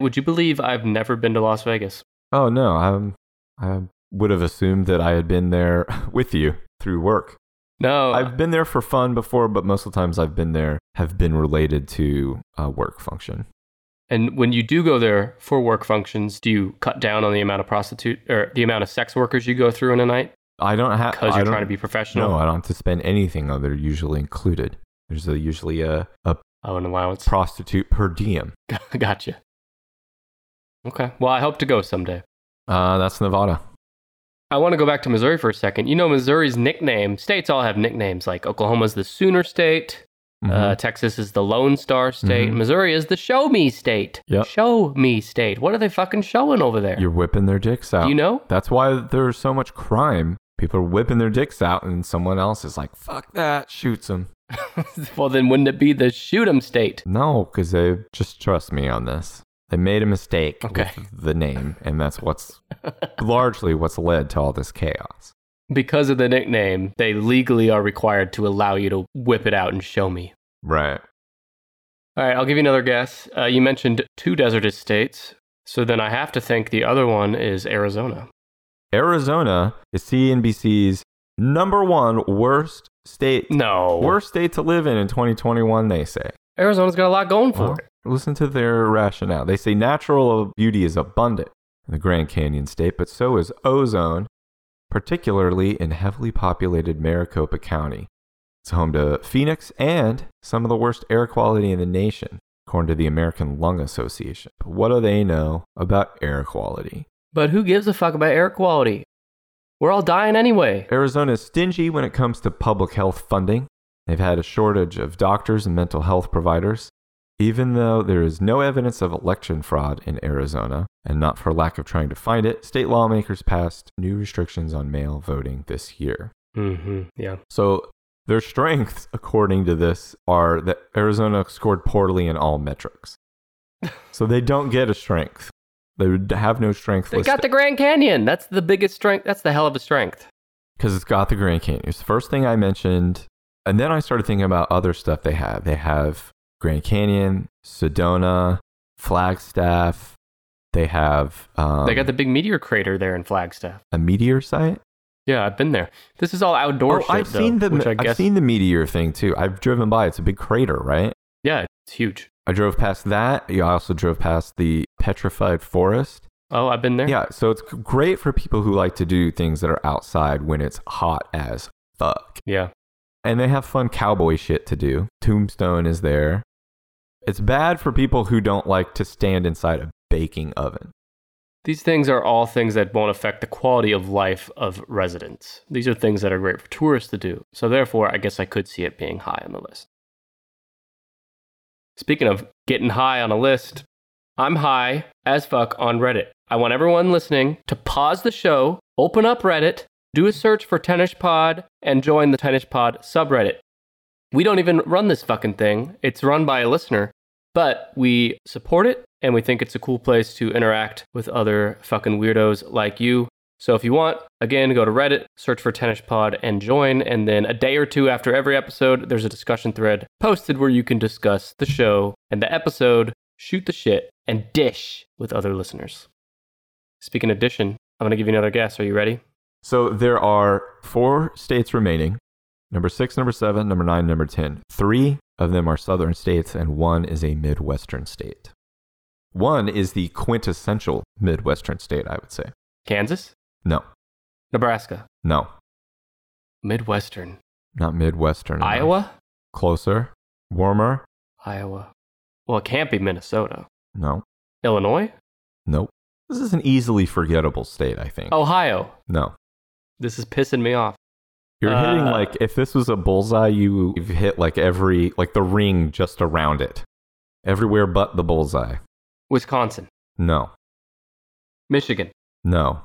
Would you believe I've never been to Las Vegas? Oh no, I'm, I would have assumed that I had been there with you through work. No. I've been there for fun before, but most of the times I've been there have been related to a work function. and when you do go there for work functions, do you cut down on the amount of prostitute or the amount of sex workers you go through in a night I don't have because you're trying to be professional? No, I don't have to spend anything other usually included. There's a, usually a, a oh, an allowance. prostitute per diem. gotcha. Okay. Well, I hope to go someday. Uh, that's Nevada. I want to go back to Missouri for a second. You know, Missouri's nickname, states all have nicknames. Like Oklahoma's the Sooner State, uh, Mhm. Texas is the Lone Star State, Mhm. Missouri is the Show Me State. Yep. Show Me State. What are they fucking showing over there? You're whipping their dicks out. Do you know? That's why there's so much crime. People are whipping their dicks out, and someone else is like, fuck that, shoots them. well, then wouldn't it be the Shoot 'em State? No, because they just trust me on this. They made a mistake Okay. with the name, and that's what's largely what's led to all this chaos. Because of the nickname, they legally are required to allow you to whip it out and show me. Right. All right, I'll give you another guess. Uh, you mentioned two deserted states, so then I have to think the other one is Arizona. Arizona is CNBC's number one worst state No. worst state to live in in 2021. They say. Arizona's got a lot going for it. Listen to their rationale. They say natural beauty is abundant in the Grand Canyon state, but so is ozone, particularly in heavily populated Maricopa County. It's home to Phoenix and some of the worst air quality in the nation, according to the American Lung Association. But what do they know about air quality? But who gives a fuck about air quality? We're all dying anyway. Arizona is stingy when it comes to public health funding. They've had a shortage of doctors and mental health providers, even though there is no evidence of election fraud in Arizona, and not for lack of trying to find it. State lawmakers passed new restrictions on mail voting this year. Mm-hmm. Yeah. So their strengths, according to this, are that Arizona scored poorly in all metrics. So they don't get a strength. They would have no strength They got the Grand Canyon. That's the biggest strength. That's the hell of a strength. because it's got the Grand Canyon. It's the first thing I mentioned. And then I started thinking about other stuff they have. They have Grand Canyon, Sedona, Flagstaff. They have um, they got the big meteor crater there in Flagstaff. a meteor site. Yeah, I've been there. This is all outdoor Oh, shit, I've though, seen the which I I've guess, seen the meteor thing too. I've driven by. It's a big crater, right? Yeah, it's huge. I drove past that. Yeah, I also drove past the petrified forest. Oh, I've been there. Yeah, so it's great for people who like to do things that are outside when it's hot as fuck. Yeah. and they have fun cowboy shit to do. Tombstone is there. It's bad for people who don't like to stand inside a baking oven. These things are all things that won't affect the quality of life of residents. These are things that are great for tourists to do. So, therefore, I guess I could see it being high on the list. Speaking of getting high on a list, I'm high as fuck on Reddit. I want everyone listening to pause the show, open up Reddit, do a search for Tennis Pod, and join the Tennis Pod subreddit. We don't even run this fucking thing. It's run by a listener, but we support it and we think it's a cool place to interact with other fucking weirdos like you. So if you want, again, go to Reddit, search for Tennis Pod and join. And then a day or two after every episode, there's a discussion thread posted where you can discuss the show and the episode, shoot the shit, and dish with other listeners. Speaking of dishing, I'm going to give you another guess. Are you ready? So there are four states remaining number six, number seven, number nine, number 10. Three of them are southern states, and one is a Midwestern state. One is the quintessential Midwestern state, I would say. Kansas? No, Nebraska? no, Midwestern? not Midwestern. enough. Iowa? Closer. Warmer. Iowa. Well, it can't be Minnesota. No, Illinois? nope. This is an easily forgettable state, I think. Oh. Ohio. No. This is pissing me off. You're hitting Uh, like, if this was a bullseye, you- you've hit like every, like the ring just around it. Everywhere but the bullseye. Wisconsin. No, Michigan. no.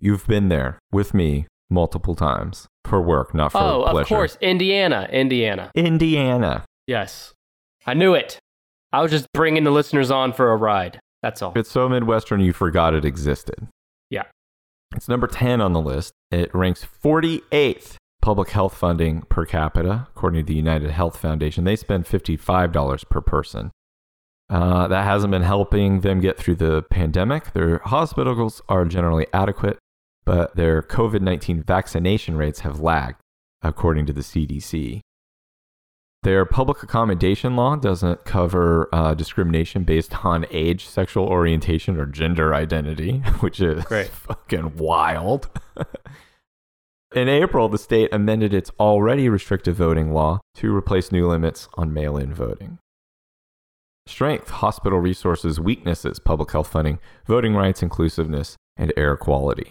You've been there with me multiple times for work, not for oh, pleasure. of course. Indiana. Indiana. Indiana. Yes. I knew it. I was just bringing the listeners on for a ride. That's all. It's so Midwestern you forgot it existed. Yeah. It's number 10 on the list. It ranks 48th public health funding per capita, according to the United Health Foundation. They spend $55 per person. Uh, that hasn't been helping them get through the pandemic. Their hospitals are generally adequate, but their COVID 19 vaccination rates have lagged, according to the CDC. Their public accommodation law doesn't cover uh, discrimination based on age, sexual orientation, or gender identity, which is Great. fucking wild. In April, the state amended its already restrictive voting law to replace new limits on mail in voting. Strength, hospital resources, weaknesses, public health funding, voting rights, inclusiveness, and air quality.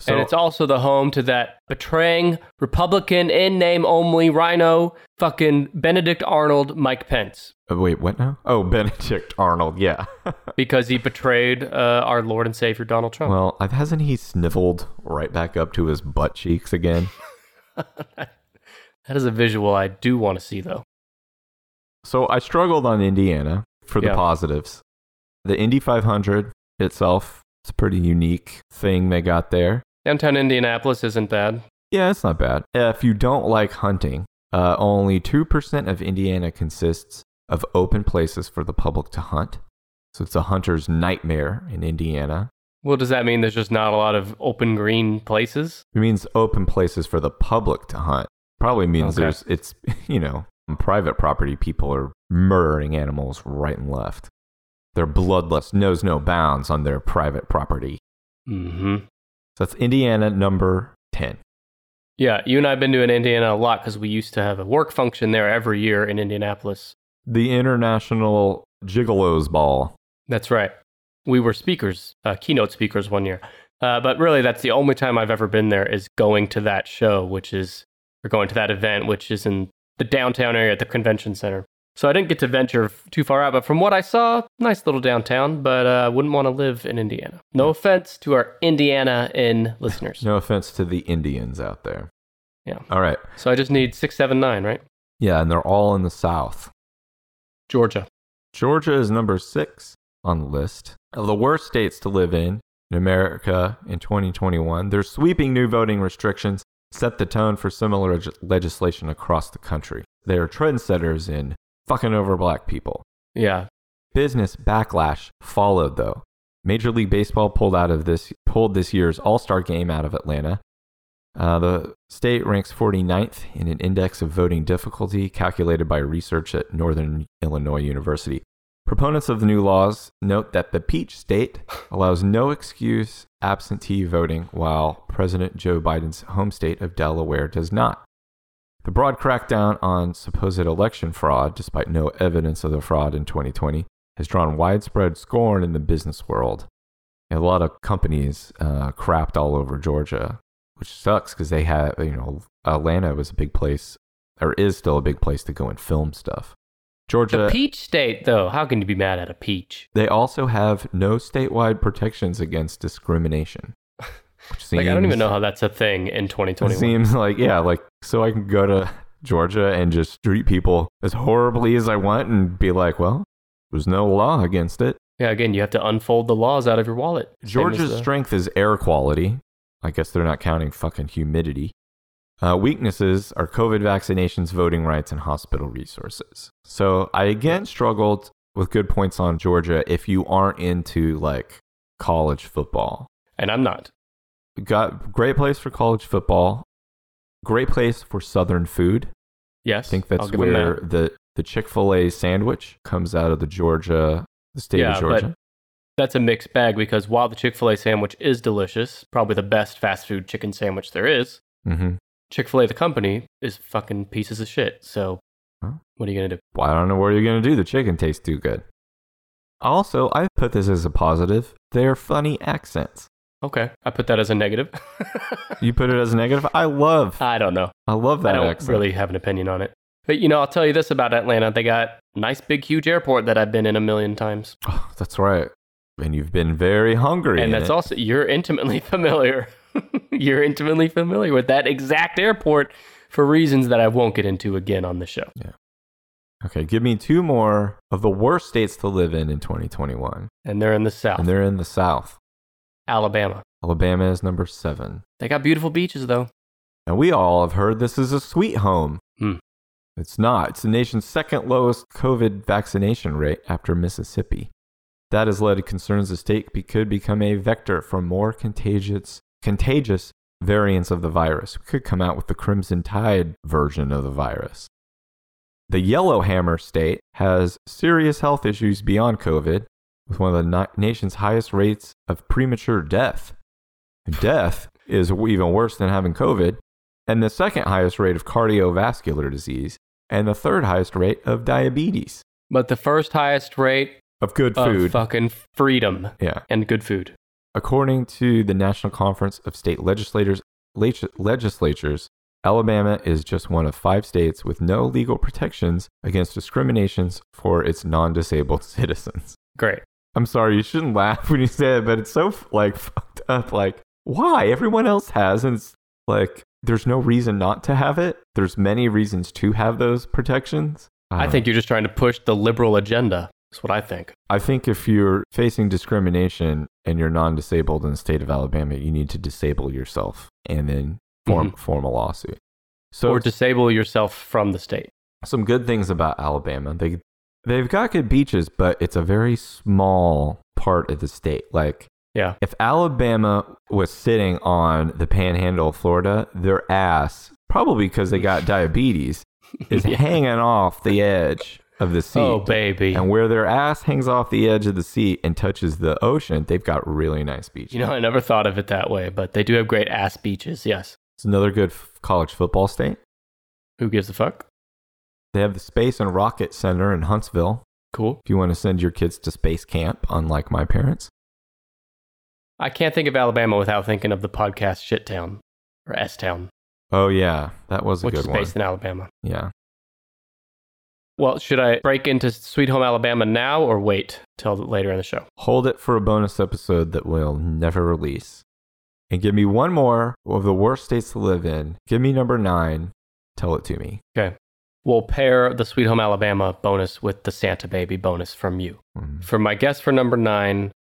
So, and it's also the home to that betraying Republican in name only rhino fucking Benedict Arnold Mike Pence uh, wait, what now? Oh, Benedict Arnold, yeah. because he betrayed uh, our Lord and Savior Donald Trump. Well, uh, hasn't he sniveled right back up to his butt cheeks again? that is a visual I do want to see though. So I struggled on Indiana for the Yeah. positives. The Indy 500 itself, it's a pretty unique thing they got there. Downtown Indianapolis isn't bad. Yeah, it's not bad. If you don't like hunting, uh, only 2% of Indiana consists of open places for the public to hunt. So it's a hunter's nightmare in Indiana. Well, does that mean there's just not a lot of open green places? It means open places for the public to hunt. Probably means Okay. there's it's you know on private property people are murdering animals right and left. They're bloodless, knows no bounds on their private property. Mm-hmm. So that's Indiana number ten. Yeah, you and I have been doing Indiana a lot because we used to have a work function there every year in Indianapolis. The International Gigolos Ball. That's right. We were speakers, uh, keynote speakers one year. Uh, but really, that's the only time I've ever been there is going to that show, which is, or going to that event, which is in the downtown area at the convention center. So I didn't get to venture f- too far out, but from what I saw, nice little downtown, but uh, I wouldn't want to live in Indiana. No offense to our Indiana in listeners. No offense to the Indians out there. Yeah. All right. So I just need 679, right? Yeah, and they're all in the South. Georgia. Georgia is number six on the list of the worst states to live in in America in 2021. Their sweeping new voting restrictions set the tone for similar reg- legislation across the country. They are trendsetters in fucking over black people. Yeah. Business backlash followed, though. Major League Baseball pulled out of this pulled this year's All Star Game out of Atlanta. Uh, the state ranks 49th in an index of voting difficulty calculated by research at Northern Illinois University. Proponents of the new laws note that the Peach State allows no excuse absentee voting, while President Joe Biden's home state of Delaware does not. The broad crackdown on supposed election fraud, despite no evidence of the fraud in 2020, has drawn widespread scorn in the business world. And a lot of companies uh, crapped all over Georgia, which sucks because they had, you know, Atlanta was a big place, or is still a big place to go and film stuff. Georgia. The peach state, though. How can you be mad at a peach? They also have no statewide protections against discrimination. Which seems, Like, I don't even know how that's a thing in 2021. Seems like yeah, like so I can go to Georgia and just treat people as horribly as I want and be like, well, there's no law against it. Yeah, again, you have to unfold the laws out of your wallet. Same as Georgia's the- strength is air quality. I guess they're not counting fucking humidity. Uh, weaknesses are COVID vaccinations, voting rights, and hospital resources. So I again struggled with good points on Georgia if you aren't into like college football. and I'm not. Got great place for college football, great place for Southern food. Yes, I think I'll that's give 'em that. where the, the Chick fil A sandwich comes out of the Georgia, the state Yeah, but- of Georgia. that's a mixed bag because while the Chick fil A sandwich is delicious, probably the best fast food chicken sandwich there is, mm-hmm. Chick fil A, the company, is fucking pieces of shit. So, Huh? what are you going to do? Well, I don't know where you're going to do. The chicken tastes too good. Also, I put this as a positive. They're funny accents. Okay, I put that as a negative. You put it as a negative. I love, I don't know. I love that I don't accent. really have an opinion on it. But, you know, I'll tell you this about Atlanta. They got a nice, big, huge airport that I've been in a million times. Oh, that's right. And you've been very hungry. And in that's it. also, you're intimately familiar. you're intimately familiar with that exact airport for reasons that I won't get into again on the show. Okay, give me two more of the worst states to live in in 2021, And they're in the South, and they're in the South. Alabama. Alabama is number seven, They got beautiful beaches, though. and we all have heard this is a sweet home. Hmm. It's not. It's the nation's second lowest COVID vaccination rate after Mississippi. That has led to concerns the state be- could become a vector for more contagious, contagious variants of the virus. We could come out with the Crimson Tide version of the virus. The Yellowhammer state has serious health issues beyond COVID, with one of the na- nation's highest rates of premature death. Death is w- even worse than having COVID, and the second highest rate of cardiovascular disease, and the third highest rate of diabetes. But the first highest rate Of good of food. fucking freedom Yeah. and good food. According to the National Conference of State Legislators, legis- legislatures, Alabama is just one of five states with no legal protections against discriminations for its non disabled citizens. Great. I'm sorry, you shouldn't laugh when you say it, but it's so like fucked up. Like, why? Everyone else has, and it's like there's no reason not to have it. There's many reasons to have those protections. Um, I don't think you're just trying to push the liberal agenda. That's what I think. I think if you're facing discrimination and you're non-disabled in the state of Alabama, you need to disable yourself and then form form a lawsuit. So Mm-hmm. or disable yourself from the state. some good things about Alabama. They they've got good beaches, but it's a very small part of the state. Like Yeah. if Alabama was sitting on the panhandle of Florida, their ass, probably because they got diabetes, is Yeah. hanging off the edge of the sea. Oh, baby. And where their ass hangs off the edge of the sea and touches the ocean, they've got really nice beaches. You know, I never thought of it that way, but they do have great ass beaches. Yes. it's another good f- college football state. Who gives a fuck? They have the Space and Rocket Center in Huntsville Cool. if you want to send your kids to space camp, unlike my parents. I can't think of Alabama without thinking of the podcast Shit Town or S Town, Oh, yeah. That was a which good is based one. in Alabama. Yeah. Well, should I break into Sweet Home Alabama now or wait till later in the show? Hold it for a bonus episode that we'll never release. And give me one more of the worst states to live in. Give me number nine. Tell it to me. Okay. We'll pair the Sweet Home Alabama bonus with the Santa Baby bonus from you. Mm-hmm. Mm. For my guess for number nine,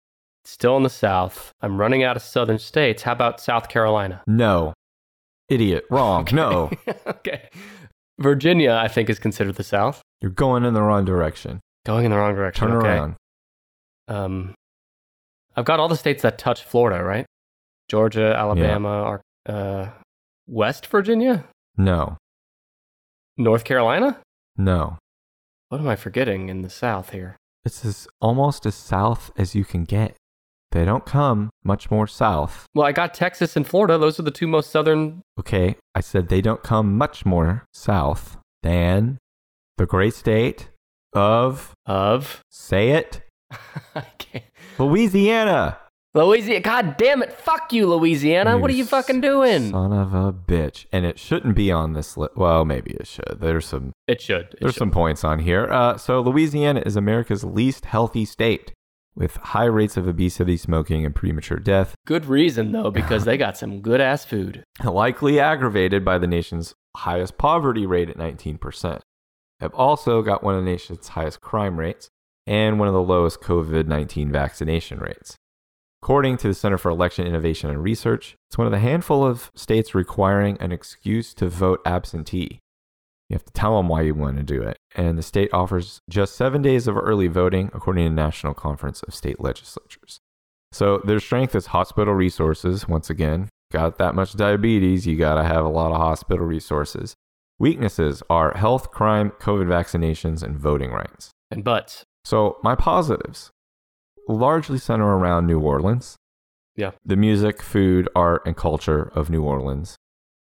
still in the South, I'm running out of Southern states. How about South Carolina? No. Idiot. Wrong. No. okay. Virginia, I think, is considered the South. You're going in the wrong direction. Going in the wrong direction. Turn okay. around. Um, I've got all the states that touch Florida, right? Georgia, Alabama, Ar- uh, West Virginia, No, North Carolina. no. What am I forgetting in the South here? It's as almost as south as you can get. They don't come much more south. Well, I got Texas and Florida. Those are the two most southern Okay, I said they don't come much more south than the great state of of. say it, I can't. Louisiana. Louisiana. God damn it. Fuck you, Louisiana. what are you fucking doing? Son of a bitch. And it shouldn't be on this list. Well, maybe it should. There's some It should. It There's should. some points on here. Uh, so, Louisiana is America's least healthy state with high rates of obesity, smoking, and premature death, good reason, though, because they got some good ass food. likely aggravated by the nation's highest poverty rate at 19%. Have also got one of the nation's highest crime rates and one of the lowest COVID 19 vaccination rates. According to the Center for Election Innovation and Research, it's one of the handful of states requiring an excuse to vote absentee. You have to tell them why you want to do it. And the state offers just seven days of early voting, according to the National Conference of State Legislatures. So their strength is hospital resources. Once again, got that much diabetes, you got to have a lot of hospital resources. Weaknesses are health, crime, COVID vaccinations, and voting rights. and butts. So my positives largely center around New Orleans. Yeah. The music, food, art, and culture of New Orleans.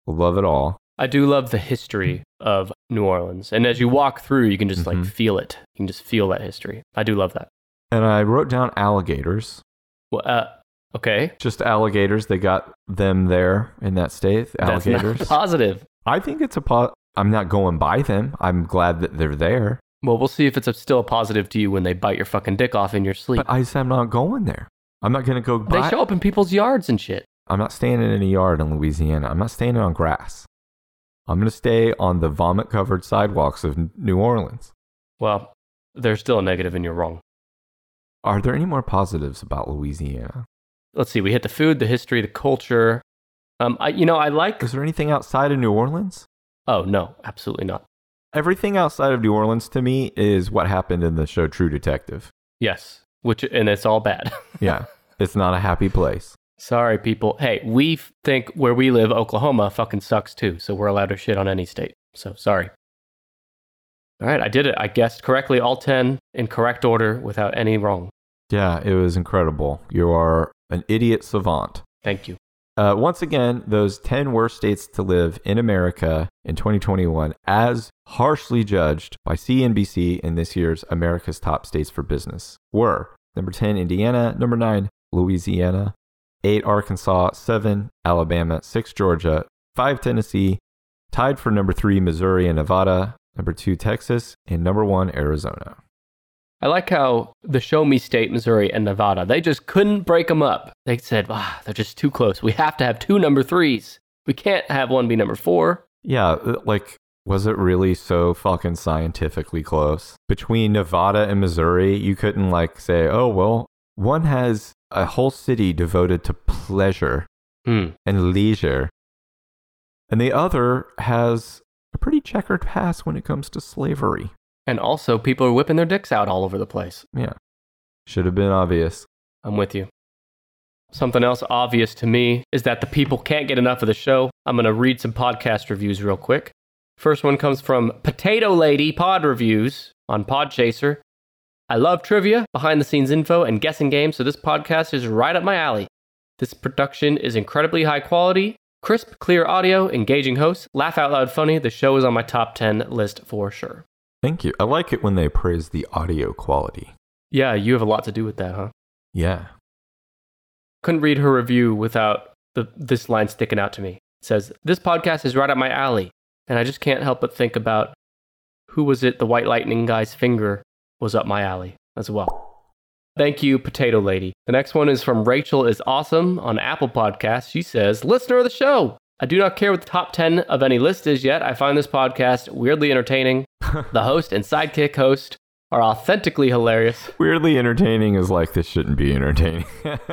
Love it all. I do love the history of New Orleans. And as you walk through, you can just Mhm. like feel it. You can just feel that history. I do love that. And I wrote down alligators. Well, uh, okay. Just alligators. They got them there in that state. That's not Alligators. positive. I think it's a po- I'm not going by them. I'm glad that they're there. Well, we'll see if it's a, still a positive to you when they bite your fucking dick off in your sleep. But I said I'm not going there. I'm not going to go they by. show up in people's yards and shit. I'm not standing in a yard in Louisiana. I'm not standing on grass. I'm going to stay on the vomit covered sidewalks of N- New Orleans. Well, there's still a negative and you're wrong. Are there any more positives about Louisiana? Let's see. We hit the food, the history, the culture. Um, I, you know, I like. Is there anything outside of New Orleans? Oh, no, absolutely not. Everything outside of New Orleans to me is what happened in the show True Detective. Yes. Which, and it's all bad. Yeah, it's not a happy place. Sorry, people. Hey, we f- think where we live, Oklahoma, fucking sucks too. So we're allowed to shit on any state. So sorry. All right, I did it. I guessed correctly all 10 in correct order without any wrong. Yeah, it was incredible. You are an idiot savant. Thank you. Uh, once again, those 10 worst states to live in America in 2021, as harshly judged by CNBC in this year's America's Top States for Business, were number 10, Indiana, number 9, Louisiana, 8, Arkansas, 7, Alabama, 6, Georgia, 5, Tennessee, tied for number 3, Missouri and Nevada, number 2, Texas, and number 1, Arizona. I like how the show me state, Missouri and Nevada, they just couldn't break them up. They said, ah, they're just too close. We have to have two number threes. We can't have one be number four. Yeah, uh, like, was it really so fucking scientifically close? Between Nevada and Missouri, you couldn't, like, say, oh, well, one has a whole city devoted to pleasure Hmm. and leisure, and the other has a pretty checkered past when it comes to slavery. And also, people are whipping their dicks out all over the place. Yeah. Should have been obvious. I'm with you. Something else obvious to me is that the people can't get enough of the show. I'm going to read some podcast reviews real quick. First one comes from Potato Lady Pod Reviews on Podchaser. I love trivia, behind the scenes info, and guessing games, so this podcast is right up my alley. This production is incredibly high quality, crisp, clear audio, engaging hosts, laugh out loud funny. The show is on my top 10 list for sure. Thank you. I like it when they praise the audio quality. Yeah, you have a lot to do with that, huh? Yeah. couldn't read her review without the, this line sticking out to me. It says, This podcast is right up my alley, and I just can't help but think about who was it the White Lightning guy's finger was up my alley as well. Thank you, Potato Lady. The next one is from Rachel is Awesome on Apple Podcasts. She says, Listener of the show, I do not care what the top 10 of any list is yet. I find this podcast weirdly entertaining. the host and sidekick host are authentically hilarious. Weirdly entertaining is like, this shouldn't be entertaining.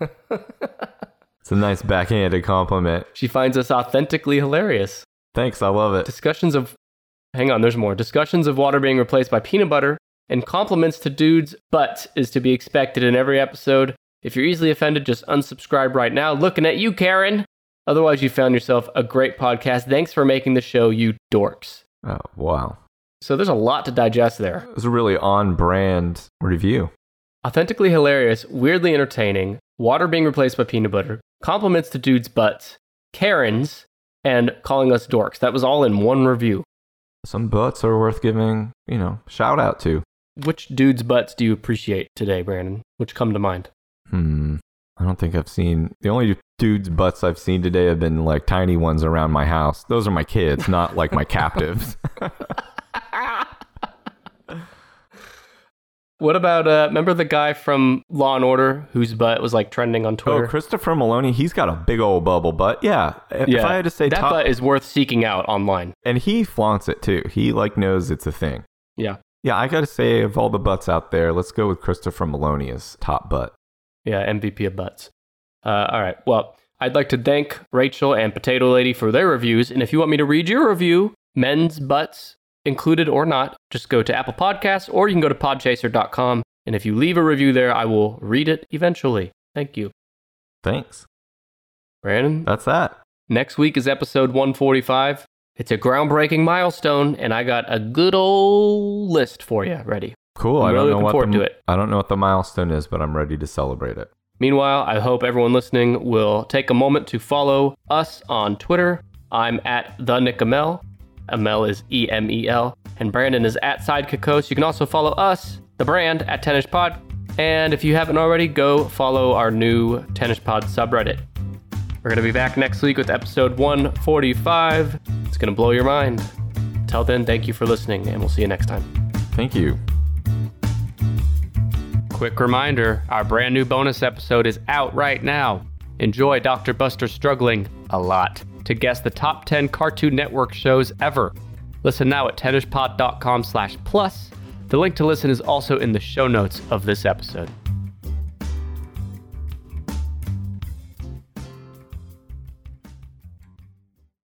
it's a nice backhanded compliment. She finds us authentically hilarious. Thanks, I love it. discussions of hang on there's more discussions of water being replaced by peanut butter and compliments to dudes but is to be expected in every episode if you're easily offended just unsubscribe right now looking at you karen otherwise you found yourself a great podcast thanks for making the show you dorks Oh, wow. so there's a lot to digest there It was a really on brand review. authentically hilarious weirdly entertaining water being replaced by peanut butter compliments to dudes butts karens and calling us dorks that was all in one review Some butts are worth giving, you know, shout out to. Which dudes' butts do you appreciate today, Brandon? Which come to mind? Hmm. I don't think I've seen the only dudes' butts I've seen today have been like tiny ones around my house. Those are my kids, not like my captives. What about uh remember the guy from Law and Order whose butt was like trending on Oh, Twitter? Christopher Maloney, he's got a big old bubble butt. Yeah. If Yeah. I had to say that top, butt is worth seeking out online. and he flaunts it too. He like knows it's a thing. Yeah. Yeah, I gotta say, of all the butts out there, let's go with Christopher Maloney as top butt. Yeah, MVP of butts. Uh, all right. Well, I'd like to thank Rachel and Potato Lady for their reviews. And if you want me to read your review, men's butts included or not, just go to Apple Podcasts or you can go to podchaser.com. And if you leave a review there, I will read it eventually. Thank you. Thanks. Brandon, That's that. next week is episode 145. It's a groundbreaking milestone, and I got a good old list for you ready. Cool. I'm I don't really know looking what forward the, to it. I don't know what the milestone is, but I'm ready to celebrate it. Meanwhile, I hope everyone listening will take a moment to follow us on Twitter. I'm at the Nick Amel. Amel is E M E L, and Brandon is at Sidekickos. You can also follow us, the brand, at Tennis Pod. And if you haven't already, go follow our new Tennis Pod subreddit. We're gonna be back next week with episode 145. It's gonna blow your mind. Till then, thank you for listening, and we'll see you next time. Thank you. Quick reminder our brand new bonus episode is out right now. Enjoy Dr. Buster struggling a lot to guess the top 10 Cartoon Network shows ever. Listen now at tennispot.com slash plus. The link to listen is also in the show notes of this episode.